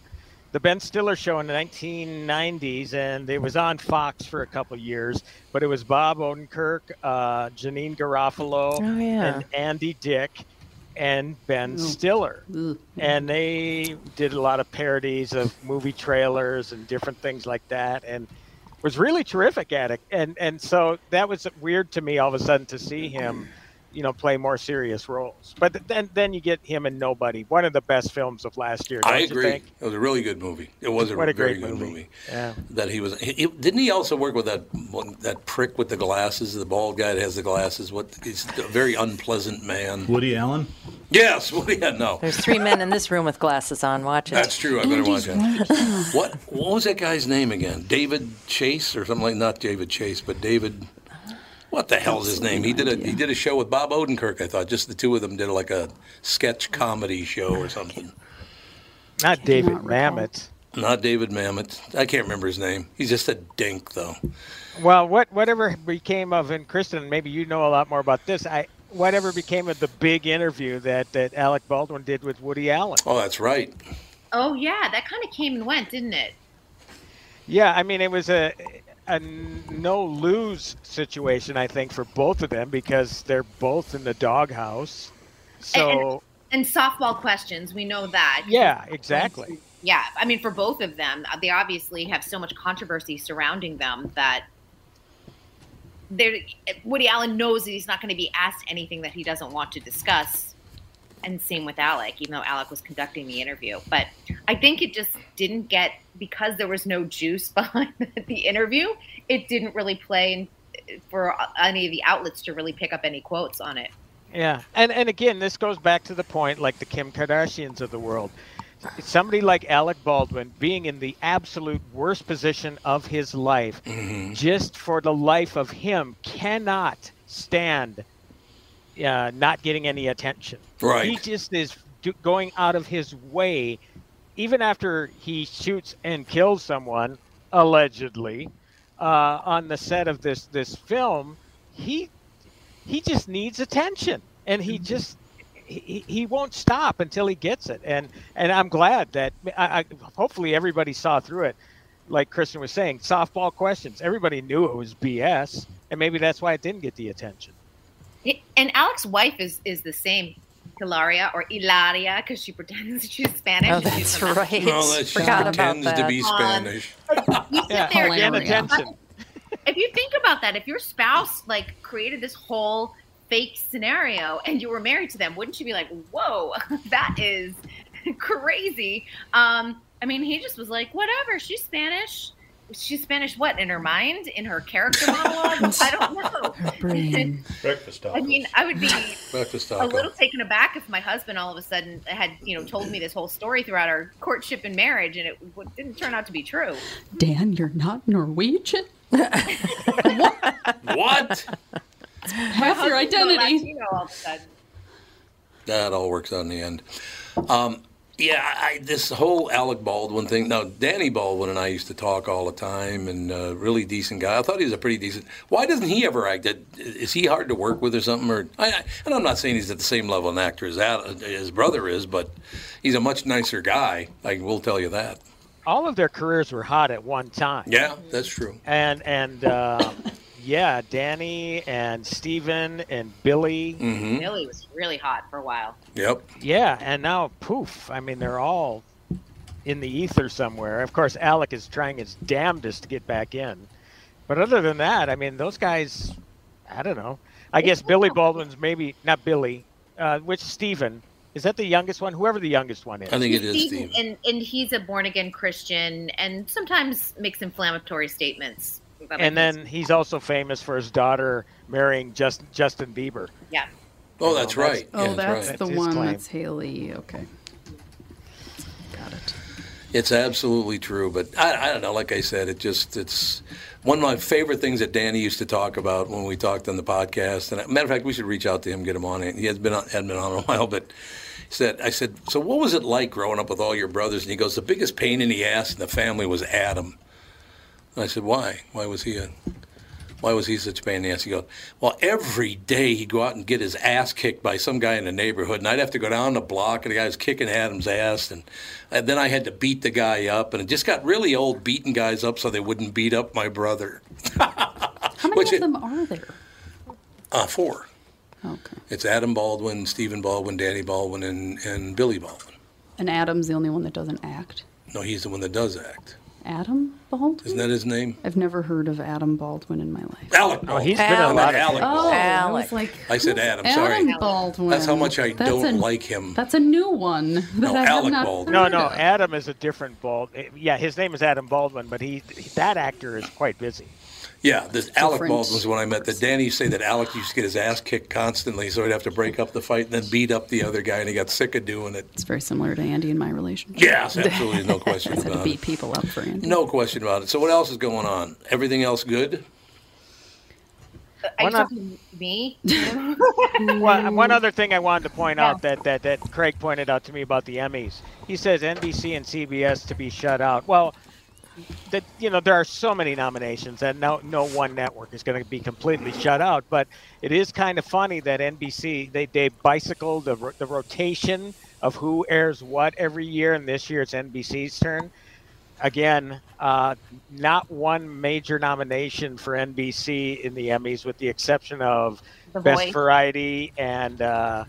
the Ben Stiller show in the 1990s, and it was on Fox for a couple years. But it was Bob Odenkirk, uh, Janine Garofalo, Oh, yeah. and Andy Dick, and Ben Stiller. and they did a lot of parodies of movie trailers and different things like that and was really terrific at it and and so that was weird to me all of a sudden to see him you know play more serious roles but th- then then you get him in nobody one of the best films of last year don't I you agree. think? It was a really good movie. It was a, What a very great good movie. movie. Yeah. That he was. He, he- didn't he also work with that one, that prick with the glasses, the bald guy that has the glasses? What? He's a very unpleasant man. Woody Allen. Yes. Well, yeah. No. There's three men in this room with glasses on. Watch it. That's true. I better watch that. What What was that guy's name again? David Chase or something like? Not David Chase, but David. What the hell's his name? He did a he did a show with Bob Odenkirk. I thought just the two of them did like a sketch comedy show or something. Not David Mamet. Not David Mamet. I can't remember his name. He's just a dink though. Well, what whatever became of and Kristen, maybe you know a lot more about this. I whatever became of the big interview that that Alec Baldwin did with Woody Allen. Oh, that's right. Oh yeah, that kind of came and went, didn't it? Yeah, I mean it was a a no lose situation I think for both of them because they're both in the doghouse. So And softball questions, we know that. yeah, exactly. Yeah, I mean, for both of them, they obviously have so much controversy surrounding them that there, Woody Allen knows that he's not going to be asked anything that he doesn't want to discuss. And same with Alec, even though Alec was conducting the interview. But I think it just didn't get because there was no juice behind the interview. It didn't really play for any of the outlets to really pick up any quotes on it. Yeah, and and again, this goes back to the point, like the Kim Kardashians of the world. Somebody like Alec Baldwin being in the absolute worst position of his life, just for the life of him, cannot stand uh, not getting any attention. Right. He just is do- going out of his way, even after he shoots and kills someone allegedly uh, on the set of this this film. He he just needs attention and he just he, he won't stop until he gets it and and i'm glad that I, I hopefully everybody saw through it like kristen was saying softball questions everybody knew it was bs and maybe that's why it didn't get the attention And Alec's wife is is the same, Hilaria or Ilaria, because she pretends she's Spanish. Oh, and she's that's from- Um, right. Well, that she pretends to be Spanish. You sit there- again attention If you think about that, if your spouse like created this whole fake scenario and you were married to them, wouldn't you be like, "Whoa, that is crazy"? Um, I mean, he just was like, "Whatever, she's Spanish." She's Spanish. What in her mind, in her character monologue? I don't know. Breakfast I mean, I would be Breakfast a taco. little taken aback if my husband all of a sudden had you know told me this whole story throughout our courtship and marriage and it w- didn't turn out to be true Dan, you're not Norwegian. what? Half your husband's so identity. Latino all of a sudden. that all works out in the end. Um, yeah, I, this whole Alec Baldwin thing. Now, Danny Baldwin and I used to talk all the time, and uh, really decent guy. I thought he was a pretty decent. Why doesn't he ever act? Is he hard to work with or something? Or I, I, and I'm not saying he's at the same level an actor as Al his brother is, but he's a much nicer guy. I will tell you that. all of their careers were hot at one time Yeah, that's true. and and uh, yeah danny and steven and billy Mm-hmm. Millie was really hot for a while. Yep. Yeah, and now poof. I mean, they're all in the ether somewhere. Of course, Alec is trying his damnedest to get back in. But other than that, I mean, those guys, I don't know. I guess Billy Baldwin's maybe not Billy, uh, which Stephen is that the youngest one? Whoever the youngest one is. I think it is He's- Stephen. and and he's a born again Christian and sometimes makes inflammatory statements. about And things. then he's also famous for his daughter marrying just, Justin Bieber. yeah, Oh, that's right. Oh, Yeah, that's, right. the That's his one claim. that's Haley. Okay. It's absolutely true, but I, I don't know. Like I said, it just it's one of my favorite things that Danny used to talk about when we talked on the podcast. And matter of fact, we should reach out to him, get him on it. He has been on, had been on in a while, but he said, I said, so what was it like growing up with all your brothers? And he goes, the biggest pain in the ass in the family was Adam. And I said, why? Why was he a why was he such a pain in the ass? He goes, Well, every day he'd go out and get his ass kicked by some guy in the neighborhood, and I'd have to go down the block, and the guy was kicking Adam's ass, and, and then I had to beat the guy up, and it just got really old beating guys up so they wouldn't beat up my brother. How many Which of it- them are there? Uh, four. Okay. It's Adam Baldwin, Stephen Baldwin, Danny Baldwin, and, and Billy Baldwin. And Adam's the only one that doesn't act. No, he's the one that does act. Adam Baldwin? Isn't that his name? I've never heard of Adam Baldwin in my life. Alec. Baldwin. Oh, he's been on a lot of Alec. Oh, Baldwin. I was like, I said who's Adam, Oh, Adam sorry. Baldwin. That's how much I That's don't a- like him. That's a new one that I have not heard No, no, of. Adam is a different Bald. Yeah, his name is Adam Baldwin, but he that actor is quite busy. Yeah, this Alec Different Baldwin was the one I met. That Danny used to say that Alec used to get his ass kicked constantly, so he'd have to break up the fight and then beat up the other guy, and he got sick of doing it. It's very similar to Andy and my relationship. Yes, absolutely, no question I had to about beat it. people up for Andy. No question about it. So what else is going on? Everything else good? Are you not? talking me? one, Mm. one other thing I wanted to point out that, that, that Craig pointed out to me about the Emmys. He says NBC and CBS to be shut out. Well, that you know there are so many nominations that no no one network is going to be completely shut out. But it is kind of funny that NBC they they bicycle the ro- the rotation of who airs what every year, and this year it's NBC's turn. Again, uh, not one major nomination for NBC in the Emmys, with the exception of The Best Voice. Variety and uh,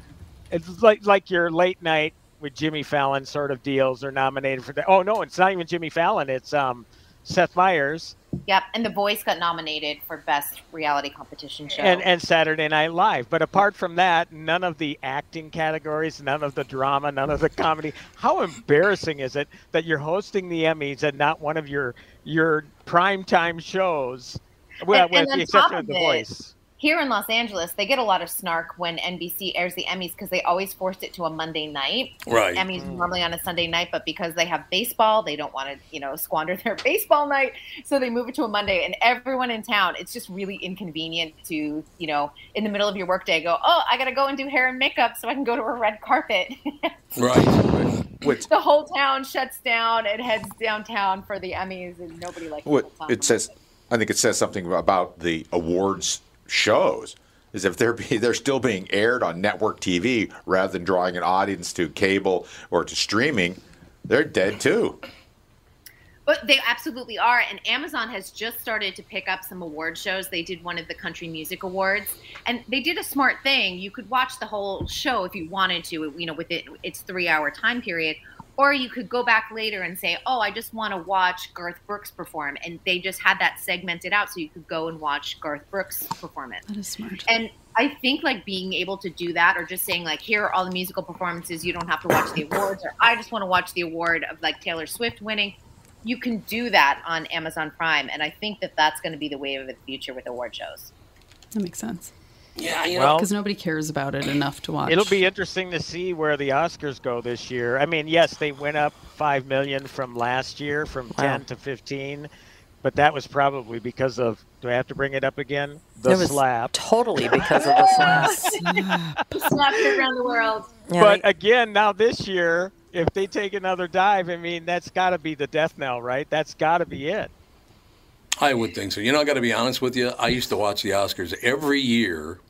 it's like like your late night with Jimmy Fallon sort of deals are nominated for that. Oh no, it's not even Jimmy Fallon. It's um, Seth Meyers Yep, and The Voice got nominated for Best Reality Competition Show. and and Saturday Night Live. But apart from that, none of the acting categories, none of the drama, none of the comedy. How embarrassing is it that you're hosting the Emmys and not one of your your primetime shows? Well, And- with and on the exception top of The of it- Voice. Here in Los Angeles, they get a lot of snark when NBC airs the Emmys because they always force it to a Monday night. Right. Emmys are normally on a Sunday night, but because they have baseball, they don't want to, you know, squander their baseball night, so they move it to a Monday. And everyone in town, it's just really inconvenient to, you know, in the middle of your workday, go, oh, I got to go and do hair and makeup so I can go to a red carpet. Right. the whole town shuts down and heads downtown for the Emmys, and nobody likes What the whole town. it says, I think it says something about the awards shows is if they're be, they're still being aired on network TV rather than drawing an audience to cable or to streaming, they're dead too. But they absolutely are. And Amazon has just started to pick up some award shows. They did one of the Country Music Awards, and they did a smart thing. You could watch the whole show if you wanted to, you know, within its three-hour time period, or you could go back later and say, "Oh, I just want to watch Garth Brooks perform," and they just had that segmented out, so you could go and watch Garth Brooks perform it. That is smart. And I think like being able to do that or just saying like here are all the musical performances, you don't have to watch the awards or I just want to watch the award of like Taylor Swift winning. You can do that on Amazon Prime and I think that that's going to be the wave of the future with award shows. That makes sense. Yeah, you know- Well- because nobody cares about it enough to watch. It'll be interesting to see where the Oscars go this year. I mean, yes, they went up five million from last year, from Wow. ten to fifteen, but that was probably because of. Do I have to bring it up again? The It was slap. Totally because of the slap. Slapped around the world. but again, now this year, if they take another dive, I mean, that's got to be the death knell, right? That's got to be it. I would think so. You know, I got to be honest with you. I used to watch the Oscars every year,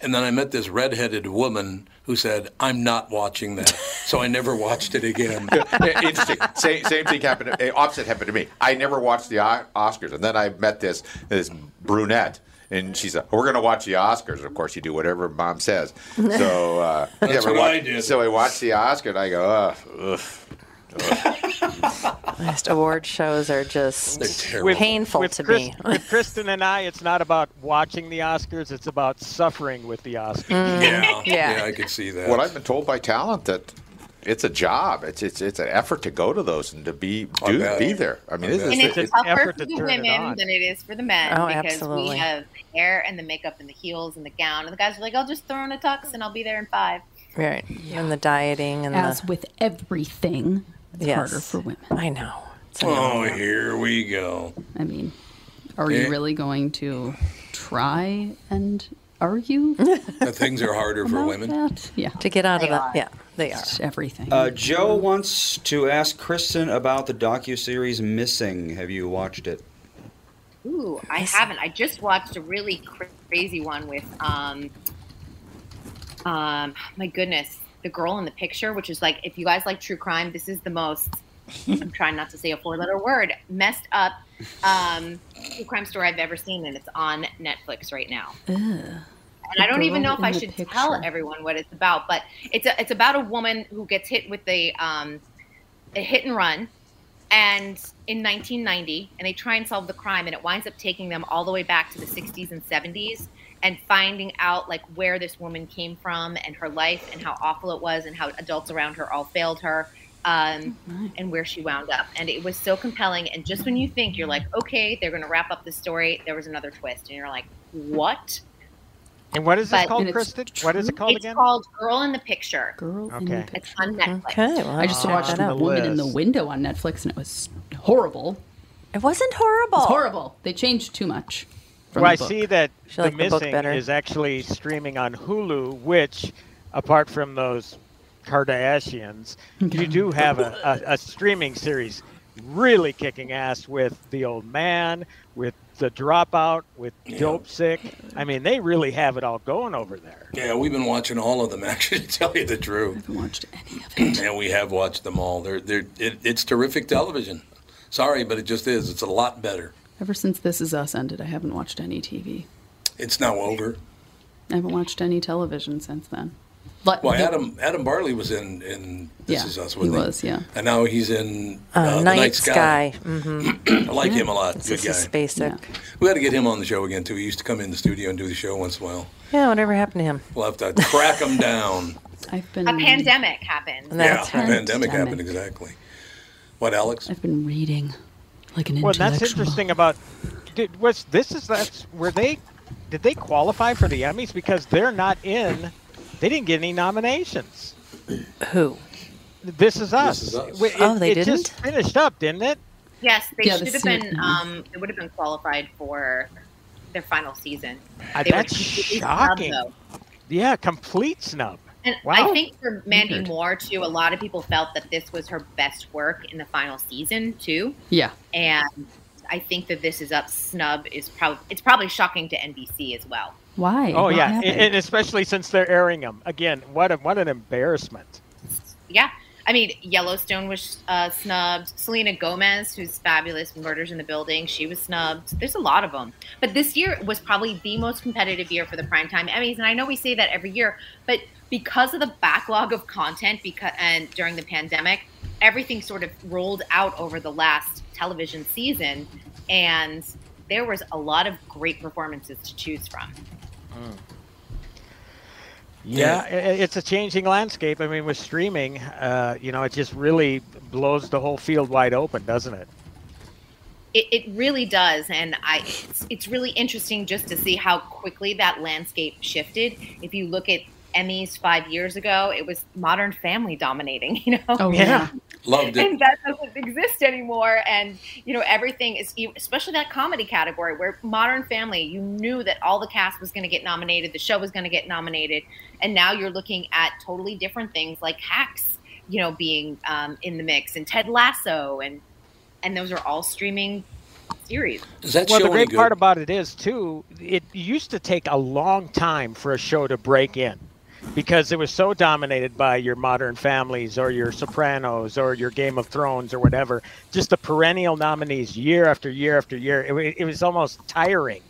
and then I met this redheaded woman who said, "I'm not watching that," so I never watched it again. Interesting. Same, same thing happened. eh, Opposite happened to me. I never watched the O- Oscars, and then I met this this brunette, and she said, "We're going to watch the Oscars." Of course, you do whatever mom says. So uh, That's we what watch- I did. So I watched the Oscar, and I go, "Ugh." ugh. Most award shows are just painful with to Chris- me. with Kristen and I, it's not about watching the Oscars; it's about suffering with the Oscars. Mm. Yeah, yeah, I could see that. What I've been told by talent that it's a job. It's it's it's an effort to go to those and to be I do bet. be there. I mean, I it is- bet. And it- it's, it's tougher effort for to the turn it women on. than it is for the men Oh, because absolutely. we have the hair and the makeup and the heels and the gown and the guys are like, I'll just throw in a tux and I'll be there in five. Right. And the dieting and As the with everything, it's Yes. harder for women. I know. Oh, here we go. I mean, are Eh. you really going to try and argue? The things are harder for about women. that? Yeah. To get out They of that. are. Yeah, they are. It's everything. Uh, Joe wants to ask Kristen about the docu series Missing. Have you watched it? Ooh, I haven't. I just watched a really cra- crazy one with um, um, my goodness, the girl in the picture, which is like, if you guys like true crime, this is the most. I'm trying not to say a four-letter word. Messed up um, true crime story I've ever seen, and it's on Netflix right now. and I don't even know if I should tell everyone what it's about, but it's a, it's about a woman who gets hit with a um, a hit and run, and in 1990, and they try and solve the crime, and it winds up taking them all the way back to the 60s and 70s, and finding out like where this woman came from and her life and how awful it was, and how adults around her all failed her, um, and where she wound up. And it was so compelling. And just when you think you're like, okay, they're going to wrap up the story, there was another twist, and you're like, what? And what is this But- called, and it's Kristen? What is it called it's again? called Girl in the Picture. Girl in the Okay. Ah, It's on Netflix. Okay, well, I just I'll watched check that out. Woman in the List. Window on Netflix, and it was horrible. It wasn't horrible. It's horrible. They changed too much. From Well, I the book. see that She the liked the book missing better. is actually streaming on Hulu, which, apart from those Kardashians, you do have a, a, a streaming series really kicking ass with the old man, with the dropout, with dope sick. I mean, they really have it all going over there. Yeah, we've been watching all of them. Actually, to tell you the truth, I haven't watched any of it. And we have watched them all. They're they're it, it's terrific television. Sorry, but it just is. It's a lot better. Ever since This Is Us ended, I haven't watched any TV. It's now older. I haven't watched any television since then. Well, the- Adam Adam Barley was in in This Yeah, Is Us. he Wasn't he was, yeah. And now he's in Uh, uh, The Night, Night Sky. Sky. Mm-hmm. I like him a lot. Good This is guy. basic. Yeah. We got to get him on the show again too. He used to come in the studio and do the show once in a while. whatever happened to him? We'll have to crack him down. I've A been pandemic happened. yeah, right. pandemic Pandemic. happened exactly. What, Alex? I've been reading like an Well, that's intellectual. interesting about. Did, was this is that's were they? Did they qualify for the Emmys because they're not in? They didn't get any nominations. Who? This is us. Is Us. Wait, Oh, they it Just finished up, didn't it? Yes, they Yeah, the should have season. been. Um, they would have been qualified for their final season. Uh, They were that's completely shocking. snubbed, though. Yeah, complete snub. And I Wow. think for Mandy Weird. Moore too, a lot of people felt that this was her best work in the final season too. Yeah. And I think that this is up snub is probably it's probably shocking to NBC as well. Why? Oh What yeah, happened? and, and especially since they're airing them again. What a, what an embarrassment. Yeah. I mean, Yellowstone was uh, snubbed. Selena Gomez, who's fabulous, Murders in the Building, she was snubbed. There's a lot of them. But this year was probably the most competitive year for the primetime Emmys. And I know we say that every year, but because of the backlog of content because, and during the pandemic, everything sort of rolled out over the last television season. And there was a lot of great performances to choose from. Mm. Yeah, i- i- it's a changing landscape. I mean, with streaming, uh, you know, it just really blows the whole field wide open, doesn't it? It, it really does, and I it's, it's really interesting just to see how quickly that landscape shifted. If you look at Emmys five years ago, it was Modern Family dominating. You know, Oh, yeah. Loved it. and that doesn't exist anymore. And you know, everything is you- especially that comedy category where Modern Family, you knew that all the cast was going to get nominated, the show was going to get nominated, and now you're looking at totally different things like Hacks, you know, being um, in the mix, and Ted Lasso, and and those are all streaming series. well, the great part about it is too. It used to take a long time for a show to break in, because it was so dominated by your Modern Families or your Sopranos or your Game of Thrones or whatever. Just the perennial nominees year after year after year. It, wa- it was almost tiring.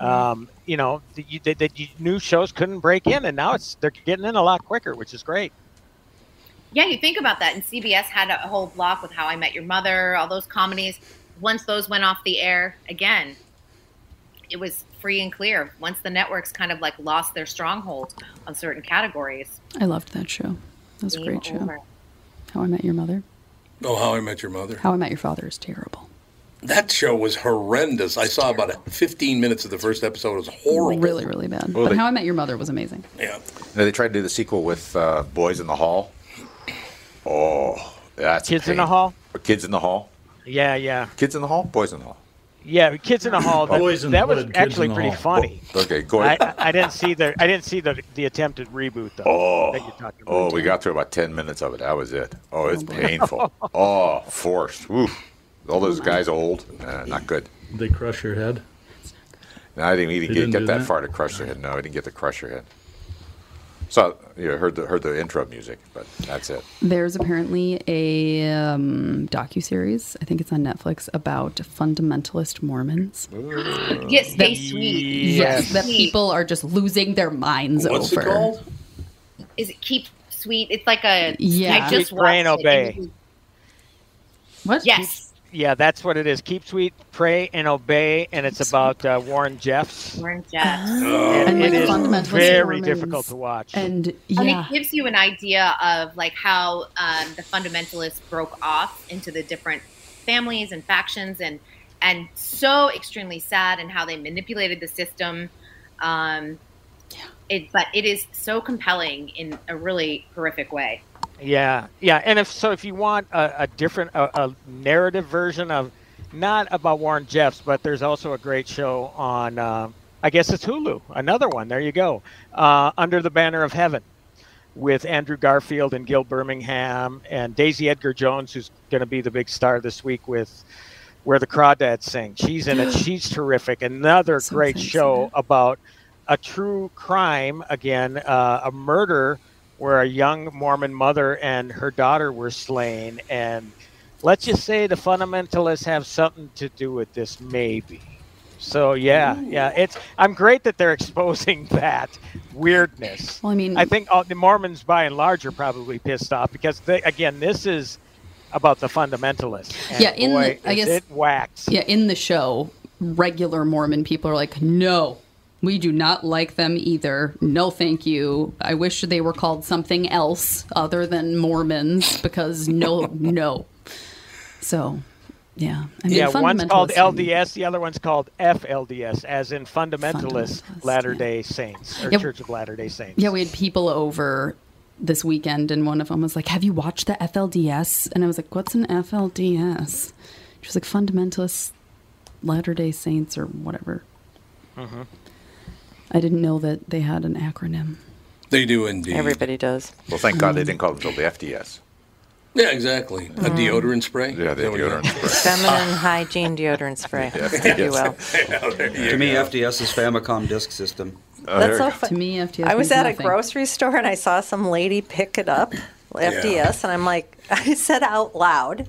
Um, you know that you, that that you knew shows couldn't break in, and now it's they're getting in a lot quicker, which is great. Yeah, you think about that. And CBS had a whole block with How I Met Your Mother, all those comedies. Once those went off the air, again, it was free and clear. Once the networks kind of like lost their stronghold on certain categories. I loved that show. That was a Game great show. over. How I Met Your Mother. Oh, How I Met Your Mother. How I Met Your Father is terrible. That show was horrendous. I saw about 15 minutes of the first episode. It was horrible. Really, really bad. Well, but they- How I Met Your Mother was amazing. Yeah. No, they tried to do the sequel with uh, Boys in the Hall. Oh, that's a Kids in the pain. Hall? Or Kids in the Hall. Yeah, yeah, Kids in the Hall. Boys in the Hall. yeah. Kids in the Hall. That, Boys in the that was Hood, Kids in actually the pretty Hall. funny. Oh, Okay, go I, ahead. I- I didn't see the I didn't see the the attempted reboot though. that you're talking about. Oh, we got through about ten minutes of it. That was it. Oh, it's painful. oh, forced. Oof. All those guys old. Nah, not good. They crush your head. No, I didn't even They get, didn't get do that, that? far to crush your head. No, I didn't get to crush your head. So you know, heard the heard the intro music, but that's it. There's apparently a um, docu series. I think it's on Netflix about fundamentalist Mormons. Yes, stay sweet. Yes, that Sweet. people are just losing their minds What's it over. called? Is it Keep Sweet? It's like a Yeah. I just Keep Rain watched it and Obey. it was- What? Yes. yeah, that's what it is. Keep sweet, pray, and obey, and it's about uh, Warren Jeffs. Warren Jeffs. Oh. And it is fundamentalist very Mormons. difficult to watch. And And it gives you an idea of like how um, the fundamentalists broke off into the different families and factions, and and so extremely sad, and how they manipulated the system. Um, it, but it is so compelling in a really horrific way. Yeah, yeah, and if so, if you want a, a different, a, a narrative version of, not about Warren Jeffs, but there's also a great show on, uh, I guess it's Hulu, another one. There you go, uh, Under the Banner of Heaven, with Andrew Garfield and Gil Birmingham and Daisy Edgar Jones, who's going to be the big star this week with Where the Crawdads Sing. She's in it. She's terrific. Another great show about a true crime again, uh, a murder where a young Mormon mother and her daughter were slain. And let's just say the fundamentalists have something to do with this, maybe. So yeah, yeah, it's I'm great that they're exposing that weirdness. Well, I mean, I think all, the Mormons, by and large, are probably pissed off because they, again, this is about the fundamentalists. And yeah, in boy, the, I is guess it whacks. Yeah, in the show, regular Mormon people are like, no, we do not like them either. No, thank you. I wish they were called something else other than Mormons because no, no. So, yeah, I mean, yeah, one's called fundamentalists- LDS, the other one's called FLDS, as in Fundamentalist, Latter Day Saints or Yeah. Church of Latter Day Saints. Yeah, we had people over this weekend, and one of them was like, "Have you watched the FLDS?" And I was like, "What's an FLDS?" She was like, "Fundamentalist Latter Day Saints or whatever." Mm-hmm. I didn't know that they had an acronym. They do indeed. Everybody does. Well, thank God they didn't call themselves the FDS. Yeah, exactly. A Mm. deodorant spray. Yeah, the deodorant Feminine hygiene deodorant spray, if you will. to me, FDS is Famicom Disk System. Oh, That's so fun. To me, FDS. I was means at nothing. a grocery store and I saw some lady pick it up, FDS, and I'm like, I said out loud,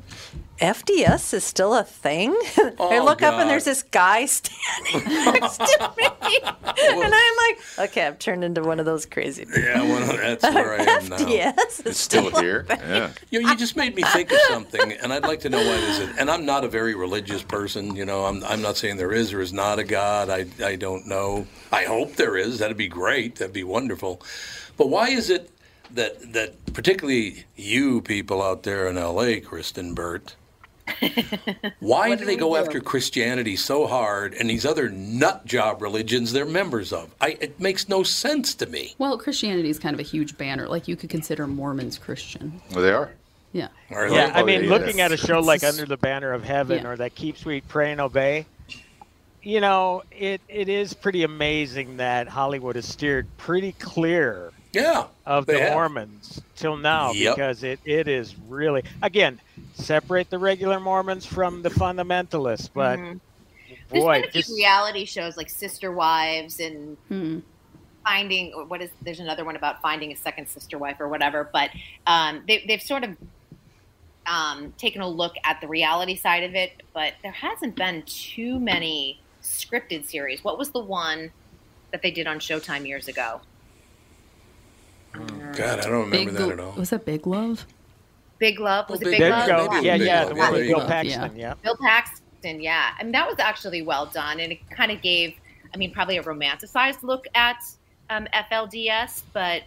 FDS is still a thing? I Oh, look up God. and there's this guy standing next to me. and I'm like, okay, I've turned into one of those crazy people. Yeah, well, that's where I am now. FDS is still, a thing. You, you just made me think of something, and I'd like to know what is it. And I'm not a very religious person, you know. I'm, I'm not saying there is or is not a God. I, I don't know. I hope there is. That'd be great. That'd be wonderful. But why is it that that particularly you people out there in L.A., Kristen Burt, why do they go after Christianity so hard and these other nut job religions they're members of? I, it makes no sense to me. Well, Christianity is kind of a huge banner. Like you could consider Mormons Christian. Well, they are. Yeah. Or Yeah, like- I mean, Yeah. looking at a show like It's- Under the Banner of Heaven Yeah. or that Keep Sweet, Pray and Obey, you know, it, it is pretty amazing that Hollywood has steered pretty clear yeah, of they the have. Mormons till now Yep. because it, it is really, again, separate the regular Mormons from the fundamentalists, but Mm-hmm. Mhm. boy, There's quite a few just reality shows like Sister Wives and Hmm. finding or what is there's another one about finding a second sister wife or whatever but um, they, they've sort of um, taken a look at the reality side of it but there hasn't been too many scripted series what was the one that they did on showtime years ago God, I don't remember Big that Lo- at all. Was that Big Love? big love was Well, it Big big, Love, love maybe it was Big Love, yeah, Bill yeah. Paxton, yeah. Bill Paxton, yeah. I mean, that was actually well done, and it kind of gave, I mean, probably a romanticized look at um, FLDS, but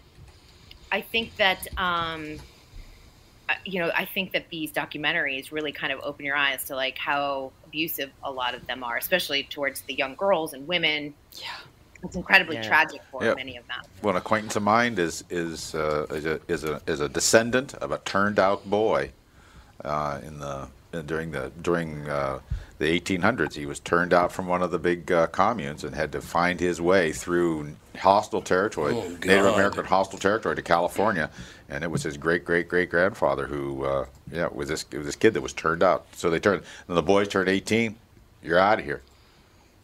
I think that, um, uh, you know, I think that these documentaries really kind of open your eyes to like how abusive a lot of them are, especially towards the young girls and women. Yeah. It's incredibly Yeah. tragic for Yeah. many of them. Well, an acquaintance of mine is is uh, is, a, is a is a descendant of a turned out boy uh, in the during the during uh, the 1800s. He was turned out from one of the big uh, communes and had to find his way through hostile territory, Oh, Native God. American hostile territory to California. And it was his great great great grandfather who uh, yeah was this was this kid that was turned out. So they turned when the boys turned 18. You're out of here.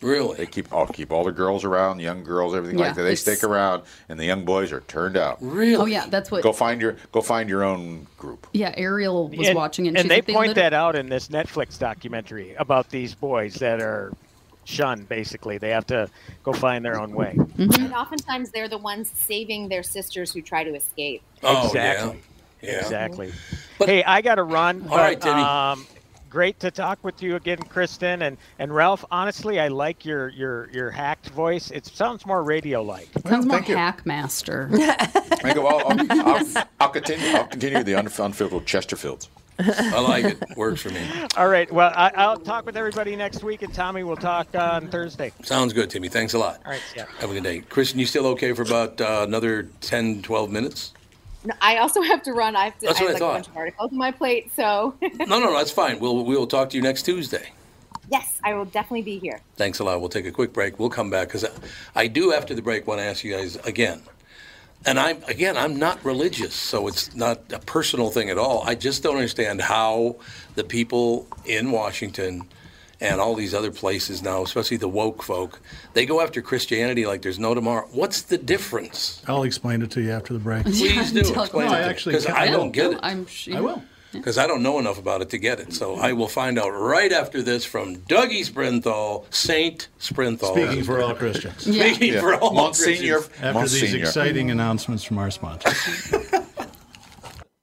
Really? They keep all keep all the girls around, young girls, everything Yeah, like that. They it's- stick around, and the young boys are turned out. Really? Oh yeah, that's what. Go find your go find your own group. yeah, Ariel was and, watching it. And, and she's they like, point liter- that out in this Netflix documentary about these boys that are shunned. Basically, they have to go find their own way. And oftentimes they're the ones saving their sisters who try to escape. exactly. Oh, Yeah. Exactly. hey, I got to run. All right, but, Timmy. Um, great to talk with you again, Kristen and and Ralph. Honestly, I like your your your hacked voice. It sounds more radio like. Sounds more hackmaster. I go, I'll, I'll, I'll, I'll continue. I'll continue the unf- unfiltered Chesterfields. I like it. Works for me. All right. Well, I, I'll talk with everybody next week, and Tommy will talk on Thursday. Sounds good, Timmy. Thanks a lot. All right. Yeah. Have a good day. Kristen, you still okay for about uh, another 10, 12 minutes? No, I also have to run. I have to. That's I what have I like a bunch thought. of articles on my plate, so No, no, that's fine. We'll, we'll talk to you next Tuesday. yes, I will definitely be here. Thanks a lot. We'll take a quick break. We'll come back because I, I do after the break want to ask you guys again. And I'm again, I'm not religious, so it's not a personal thing at all. I just don't understand how the people in Washington and all these other places now, especially the woke folk, they go after Christianity like there's no tomorrow. What's the difference? I'll explain it to you after the break. Please do explain No, I it actually because I can. don't get it. I'm sure. I will. Because I don't know enough about it to get it. So I will find out right after this from Dougie Sprinthal, Saint Sprinthal. Speaking for all Christians. Speaking for all Christians. After these exciting announcements from our sponsor.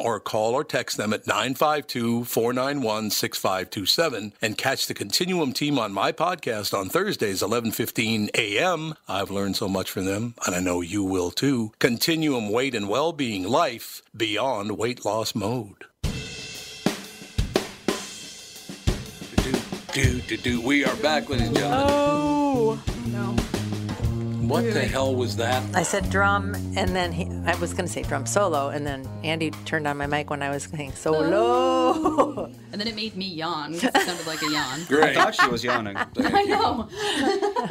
or call or text them at 952-491-6527 and catch the Continuum team on my podcast on Thursdays 11:15 a.m. I've learned so much from them and I know you will too. Continuum Weight and Wellbeing Life Beyond Weight Loss Mode. Do, do, do. We are back, ladies and gentlemen. Oh. What the hell was that? I said drum, and then he, I was going to say drum solo, and then Andy turned on my mic when I was saying solo. And then it made me yawn. 'cause It sounded like a yawn. Great. I thought she was yawning. I know.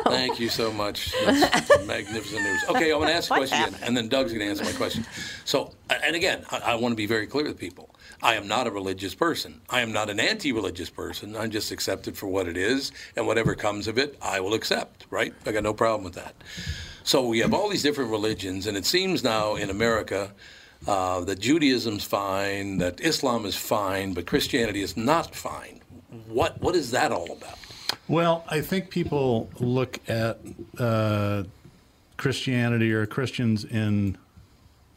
Thank you so much. That's magnificent news. Okay, I'm going to ask a What question, and then Doug's going to answer my question. So, and again, I, I want to be very clear with people. I am not a religious person. I am not an anti-religious person. I'm just accepted for what it is, and whatever comes of it, I will accept. Right? I got no problem with that. So we have all these different religions, and it seems now in America uh, that Judaism's fine, that Islam is fine, but Christianity is not fine. What what is that all about? Well, I think people look at uh, Christianity or Christians in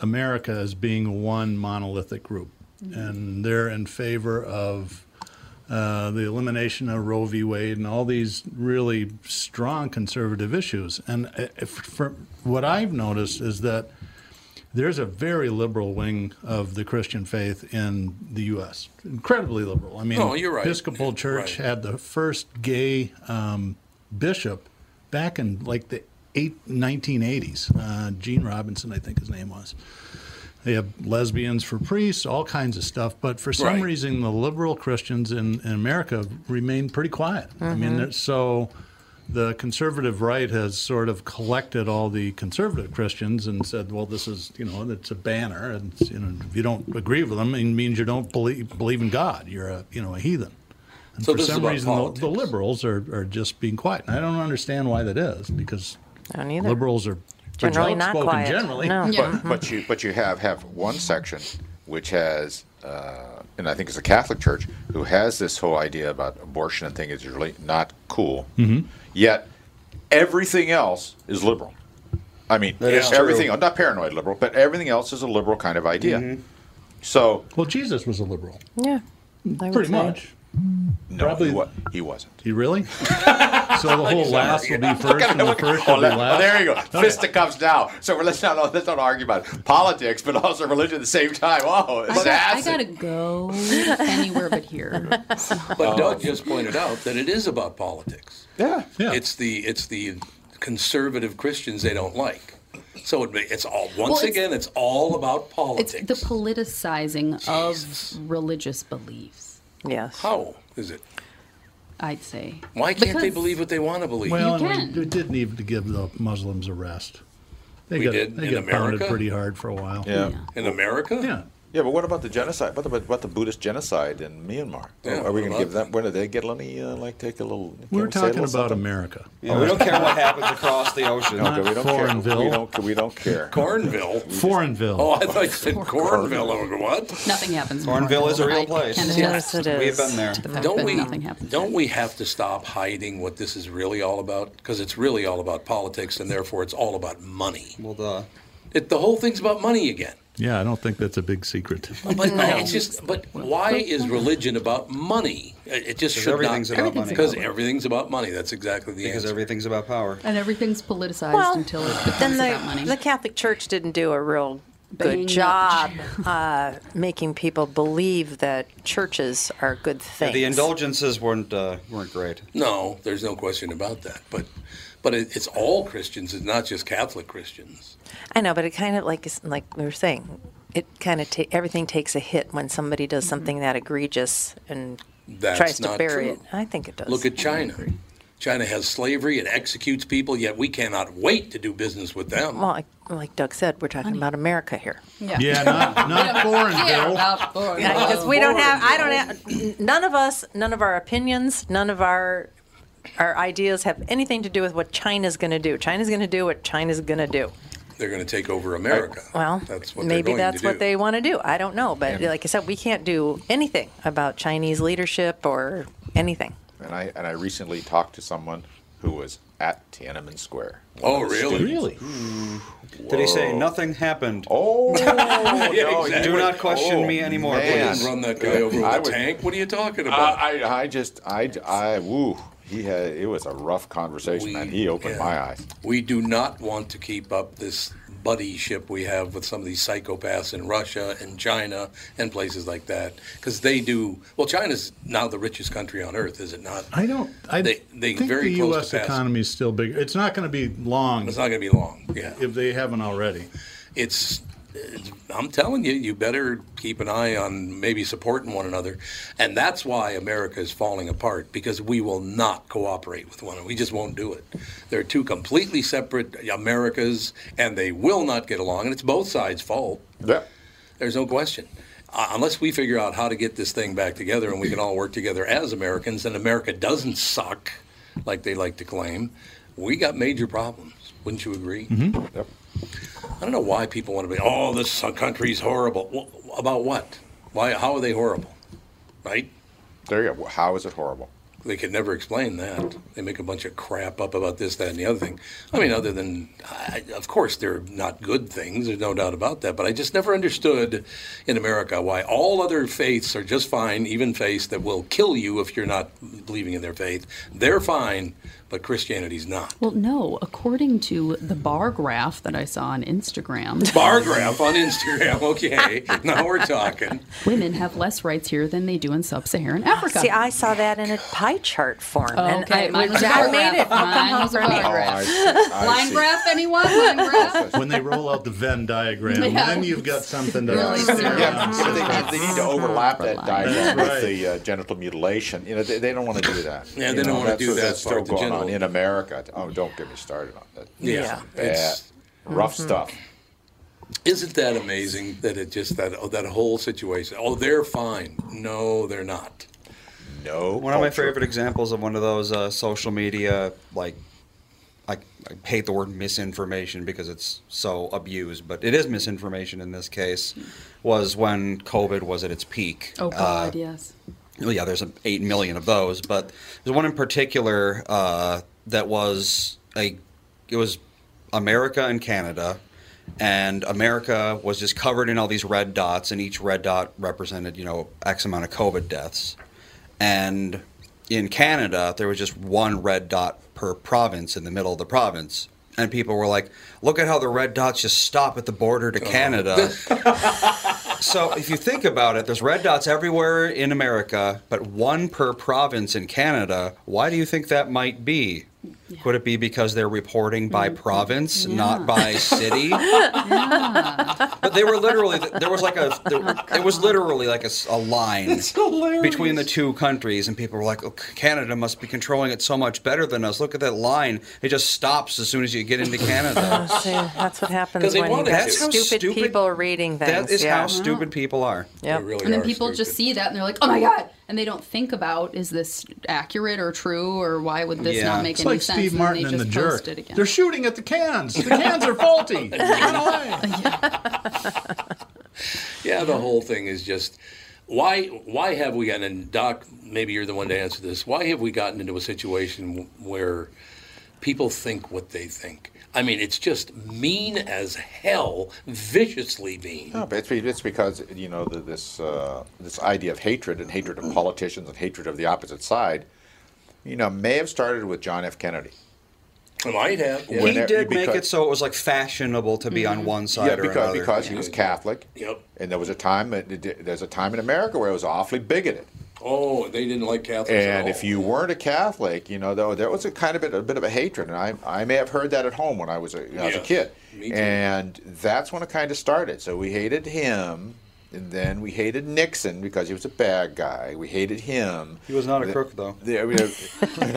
America as being one monolithic group, and they're in favor of uh, the elimination of Roe v. Wade, and all these really strong conservative issues. And uh, if, for, what I've noticed is that there's a very liberal wing of the Christian faith in the U.S. Incredibly liberal. I mean, Oh, you're right. Episcopal Church had the first gay um, bishop back in like the eight, 1980s. Uh, Gene Robinson, I think his name was. They have lesbians for priests, all kinds of stuff. But for some Right. reason, the liberal Christians in, in America remain pretty quiet. I mean, Mhm. they're- so the conservative right has sort of collected all the conservative Christians and said, well, this is, you know, it's a banner. And, it's, you know, if you don't agree with them, it means you don't believe, believe in God. You're a, you know, a heathen. And So for this is some about reason, the, the liberals are, are just being quiet. And I don't understand why that is because either. liberals are pretty Generally not outspoken quiet. Generally, No. Yeah. But, but you but you have have one section which has uh, and I think it's a Catholic church who has this whole idea about abortion and thing is really not cool. Mm-hmm. Yet everything else is liberal. I mean, That is everything. true. Mm-hmm. Not paranoid liberal, but everything else is a liberal kind of idea. So well, Jesus was a liberal. Yeah. pretty much. No, Probably he, wa- he wasn't. He really? so the whole last will be first, and the first Oh, will be that- last. oh, there you go. Okay. Fisticuffs now. So we're, let's not let's not argue about politics, but also religion at the same time. Oh, I, got, I assassin. gotta go anywhere but here. Uh, But Doug just pointed out that it is about politics. Yeah, yeah. It's the it's the conservative Christians they don't like. So it, it's all once Well, it's- again it's all about politics. It's the politicizing of religious beliefs. Yes. How is it? I'd say. Why can't they Because- believe what they want to believe? Well, and we we didn't even give the Muslims a rest. They We got, did They in got pounded America? pretty hard for a while. Yeah. In America? Yeah. Yeah, but what about the genocide? What about, what about the Buddhist genocide in Myanmar? Yeah, Are what we going to about give them? When do they get any? Uh, like take a little. We We're can say a talking little about something? America. Yeah, we don't care what happens across the ocean. No, we don't care. We don't. We don't care. Cornville. Foreignville. Oh, I thought you said Cornville. I'm like, What? Nothing happens. in Cornville is a real I place. can Yes, attest it We've been to there. the fact Don't that we? Nothing happens. Don't we have to stop hiding what this is really all about? Because it's really all about politics, and therefore it's all about money. Well, the it, the whole thing's about money again. Yeah, I don't think that's a big secret. But it's just. But why is religion about money? It it Because just should everything's not. about Everything's money. about Because money. everything's about money. That's exactly the Because answer. everything's about power. And everything's politicized until it becomes then about money. the, the Catholic Church didn't do a real Bang good up. job uh, making people believe that churches are good Yeah, things. the indulgences weren't uh, weren't great. No, there's no question about that. But, but it, it's all Christians. It's not just Catholic Christians. I know, but it kind of like is- like we were saying, it kind of ta- everything takes a hit when somebody Mm-hmm. does something that egregious and That's tries to not bury true. it. I think it does. Look at China. China has slavery. It executes people. Yet we cannot wait to do business with them. Well, like, like Doug said, we're talking about America here. Yeah, not- not foreign, Bill. Because we don't have, I don't have, none of us, none of our opinions, none of our our ideas have anything to do with what China's going to do. China's going to do what China's going to do. They're going to take over America. Well, that's what they're Maybe going that's to what do. they want to do. I don't know, but Yeah. like I said, we can't do anything about Chinese leadership or anything. And I and I recently talked to someone who was at Tiananmen Square. Oh, One of the really? students. Really? Hmm. Did he say Whoa. nothing happened? Oh, no, you do not question me anymore. They please. didn't run that guy over with a tank. What are you talking about? I, I, I just, I, I, woo. He had, it was a rough conversation, man. He opened my eyes. We do not want to keep up this buddyship we have with some of these psychopaths in Russia and China and places like that because they do. Well, China's now the richest country on earth, is it not? I don't. I They- they think very the close to U.S. passing. economy is still bigger. It's not going to be long. It's not going to be long. Yeah. If they haven't already. It's. it's- I'm telling you, you better keep an eye on maybe supporting one another, and that's why America is falling apart because we will not cooperate with one another. We just won't do it. They're two completely separate Americas, and they will not get along, and it's both sides' fault. Yeah. There's no question. Uh, unless we figure out how to get this thing back together and we can all work together as Americans and America doesn't suck like they like to claim, we got major problems. Wouldn't you agree? Mm-hmm. Yep. I don't know why people want to be, oh, this country's horrible. Well, about what? Why? How are they horrible? Right? There you go. How is it horrible? They could never explain that. They make a bunch of crap up about this, that, and the other thing. I mean, other than, I, of course, they're not good things. There's no doubt about that. But I just never understood in America why all other faiths are just fine, even faiths that will kill you if you're not believing in their faith. They're fine, but Christianity's not. Well, no. According to the bar graph that I saw on Instagram, Bar graph on Instagram. Okay, now we're talking. women have less rights here than they do in sub-Saharan Africa. See, I saw that in a pie chart form. Oh, and okay. I, Mine was a I bar made it. graph. Mine Come was a home bar for me. graph. Line graph, anyone? Line graph? when they roll out the Venn diagram, Yeah. then you've got something to Really stare Yeah, at. but they, need- they need to overlap that diagram Right. with the uh, genital mutilation. You know, they, they don't want to do that. Yeah, You they don't know, wanna that's do what- that That's part, still the going on genital- in America. Oh, don't get me started on that. Yeah, bad, it's- rough Mhm. stuff. Isn't that amazing that it just that oh, that whole situation? Oh, they're fine. No, they're not. No. One of my favorite examples of one of those uh, social media like I, I hate the word misinformation because it's so abused, but it is misinformation in this case. Was when COVID was at its peak. Oh, Uh, God, yes. well, yeah, there's a- eight million of those, but there's one in particular uh, that was a it was America and Canada, and America was just covered in all these red dots, and each red dot represented you know x amount of COVID deaths, and in Canada there was just one red dot per province in the middle of the province. And people were like, "Look at how the red dots just stop at the border to Canada." so if you think about it, there's red dots everywhere in America, but one per province in Canada. Why do you think that might be? Could it be because they're reporting by Mm-hmm. province, not by city? but they were literally there was like a there, Oh, it was literally like a, s- a line between the two countries, and people were like, oh, "Canada must be controlling it so much better than us. Look at that line; it just stops as soon as you get into Canada." Oh, see, that's what 'Cause happens they when wanted to. that's That's how stupid, stupid- people are reading things. that is yeah. how stupid people are. Yeah, Uh-huh. and then people just see that and they're like, "Oh my god!" and they don't think about is this accurate or true or why would this not make it's any like sense? Steve Martin and and, they the just jerk. post it again. They're shooting at the cans. The cans are faulty. Run away. Yeah, the whole thing is just why why have we gotten and Doc? Maybe you're the one to answer this. Why have we gotten into a situation where people think what they think? I mean, it's just mean as hell, viciously mean. No, but it's, be- it's because you know the, this uh, this idea of hatred and hatred of politicians and hatred of the opposite side, you know, may have started with John F. Kennedy. Might have. He did make it so it was like fashionable to be Mm-hmm. on one side yeah, or because, another. because he was Catholic. Yep. And there was a time that- that- there's a time in America where it was awfully bigoted. Oh, they didn't like Catholics. at And all. if you weren't a Catholic, you know, though there was a kind of bit, a bit of a hatred, and I, I may have heard that at home when I was a, when I was a Yeah, kid, me too. and that's when it kind of started. So we hated him, and then we hated Nixon because he was a bad guy. We hated him. He was not a The- crook, though. the- I mean,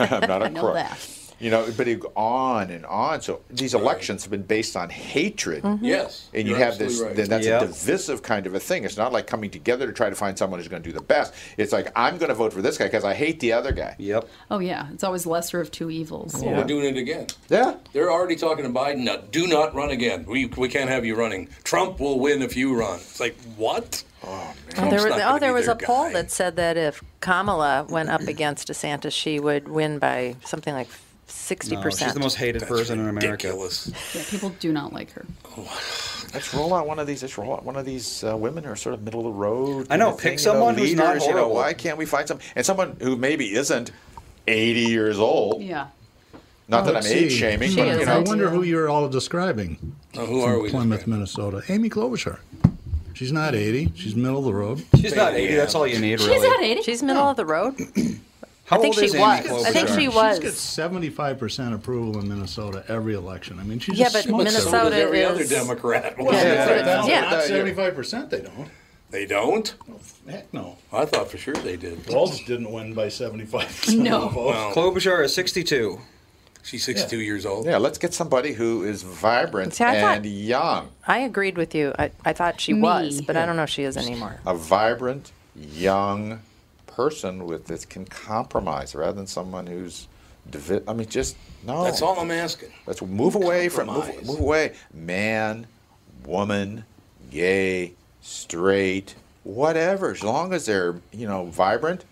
I'm not a Know crook. that. You know, but it, on and on. So these elections have been based on hatred. Mm-hmm. Mhm. Yes, and you you're have this. absolutely right. Then that's Yep. a divisive kind of a thing. It's not like coming together to try to find someone who's going to do the best. It's like I'm going to vote for this guy because I hate the other guy. Yep. Oh yeah, it's always lesser of two evils. Well, We're doing it again. Yeah. They're already talking to Biden now. Do not run again. We, we can't have you running. Trump will win if you run. It's like, what? Oh, Oh, there, was, oh, there was a poll that said that if Kamala went up against DeSantis, she would win by something like sixty No, percent. she's the most hated person in America. Yeah, people do not like her. Let's roll out one of these. Let's roll out one of these uh, women who are sort of middle of the road. I know, kind of pick thing, someone who's not leaders, you know, horrible. why can't we find some and someone who maybe isn't 80 years old? Yeah. Not Oh, that I'm Let's age see. shaming, Oh, I but you know, wonder who you're all describing. Oh, who from are we Plymouth, Minnesota. Amy Klobuchar. She's not 80. She's middle of the road. She's not 80. That's all you need, She's at eighty. She's middle of the road. How I think old she is Amy was. I think she was. She's got seventy-five percent approval in Minnesota every election. I mean, she Yeah, just but smokes Minnesota everything. every other is- Democrat. Well, yeah, Yeah. not seventy-five percent. They don't. They don't? Heck no. I thought for sure they did. Walz didn't win by seventy-five percent. Of the vote. No. Klobuchar is 62. She's 62 years old. yeah, let's get somebody who is vibrant See, I thought- and young. I agreed with you. I, I thought she Me. was, but I don't know if she is anymore. A vibrant, young person with this can compromise rather than someone who's. Divi- I mean, just no. That's all I'm asking. Let's move away from move, Compromise. move away. Man, woman, gay, straight, whatever. As long as they're you know vibrant,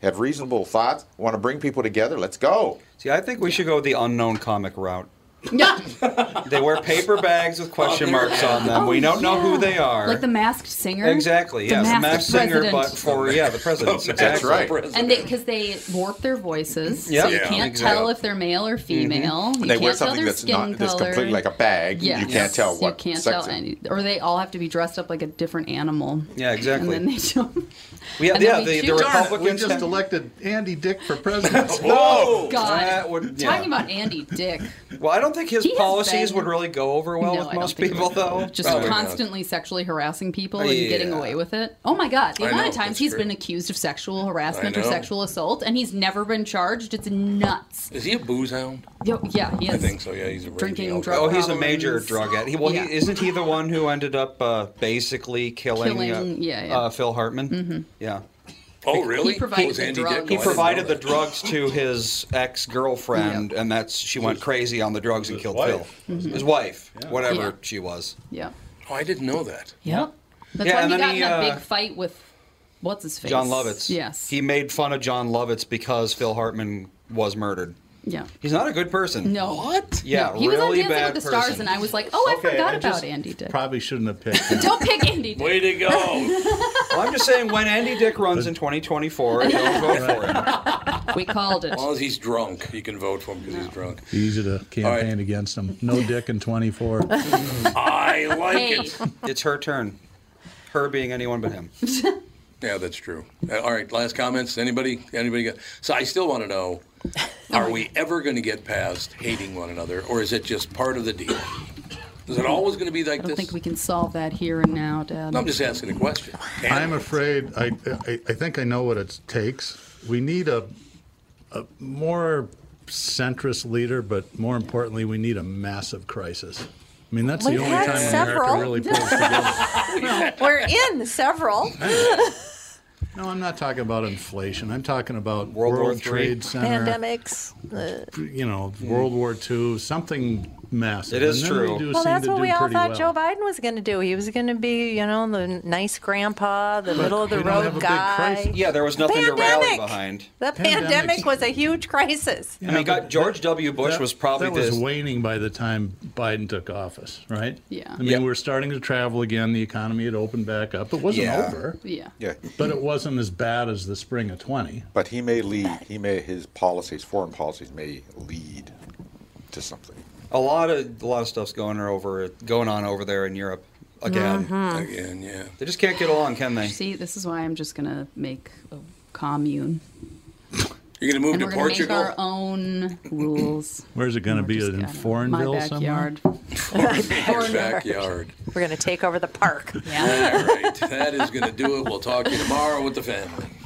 have reasonable thoughts, want to bring people together. Let's go. See, I think we should go the unknown comic route. Yeah. They wear paper bags with question Oh, marks on them. we don't know who they are. Oh, Like the masked singer. Exactly. The Yes, the masked masked singer, president. but for yeah, the president. That's exactly. right. And they because they warp their voices, Yeah. so you Yeah. can't Exactly. tell if they're male Mm-hmm. or female. You they can't wear tell something their that's skin not that's color. completely like a bag. Yes. You can't tell what you can't sex tell it- any, or they all have to be dressed up like a different animal. Yeah, exactly. And then they show. Yeah, and then yeah, we the, the choose- Republicans. just elected Andy Dick for president. Oh God! That would- yeah. Talking about Andy Dick, Well, I don't think his He has policies been- would really go over well No, I with don't most think it people, would. though. Oh, just constantly sexually harassing people and Yeah. getting away with it. Oh my God! The I amount know, of times that's he's true. been accused of sexual harassment or know. sexual assault, and he's never been charged. It's nuts. Is he a booze hound? Yo, yeah, he I is. think so. Yeah, he's a raging Drinking alcoholic. drug oh, he's a major drug addict. He- Well, Yeah. he, isn't he the one who ended up uh, basically killing, uh, Killing- yeah, yeah. Uh, Phil Hartman? Mhm. Yeah. Oh, really? He provided the drugs. He Oh, I didn't provided know the drugs to his ex girlfriend, and that's she went crazy on the drugs and killed wife, Phil. Mm-hmm. wasn't His it? wife, Yeah. whatever Yeah. she was. Yeah. Oh, I didn't know that. Yep. That's Yeah, why and he then got he, in that uh, big fight with what's his face? John Lovitz. Yes. He made fun of John Lovitz because Phil Hartman was murdered. Yeah. He's not a good person. No. What? Yeah, He was on really Dancing bad with the Stars, person. and I was like, oh, I Okay, forgot I about just- Andy Dick. Probably shouldn't have picked. Don't pick Andy Dick. Way to go. Well, I'm just saying, when Andy Dick runs in 2024, don't vote for him. we called it. As long as he's drunk, you can vote for him because he's drunk. Easy to campaign against him. No Dick in 24. I like Hey. it. It's her turn. Her being anyone but him. Yeah, that's true. Uh, All right, last comments. Anybody? Anybody got? So I still want to know: Are we ever going to get past hating one another, or is it just part of the deal? Is it always going to be I like don't this? think we can solve that here and now, Dad. No, I'm just asking a question. I'm afraid I, I I think I know what it takes. We need a a more centrist leader, but more importantly, we need a massive crisis. I mean, that's We've the only had time several. America really pulls together. We're in several. No, I'm not talking about inflation. I'm talking about World World, War III. Trade Center, Pandemics. uh, you know, World War II, something massive. Hmm. It is And then true. We do well, seem that's to what do we all pretty thought well. Joe Biden was going to do. He was going to be, you know, the nice grandpa, the But middle of the we don't have a road big guy. crisis. Yeah, there was nothing to rally behind. The pandemic was a huge crisis. I mean, God, George W. Bush was probably that was this. waning by the time Biden took office, right? Yeah. I mean, we were starting to travel again. The economy had opened back up. It wasn't Yeah. over, Yeah. Yeah. but it wasn't as bad as the spring of 20. But he may lead. He may his policies, foreign policies, may lead to something. a lot of a lot of stuff's going over going on over there in Europe again. Uh-huh. Mhm. Again, yeah. They just can't get along, can they? See, this is why I'm just gonna make a commune. You're going to move and to we're gonna Portugal. make our own rules. Where's it going to be? In My Foreignville somewhere? backyard. Your backyard. We're going to take over the park. All right, that is going to do it. We'll talk to you tomorrow with the family.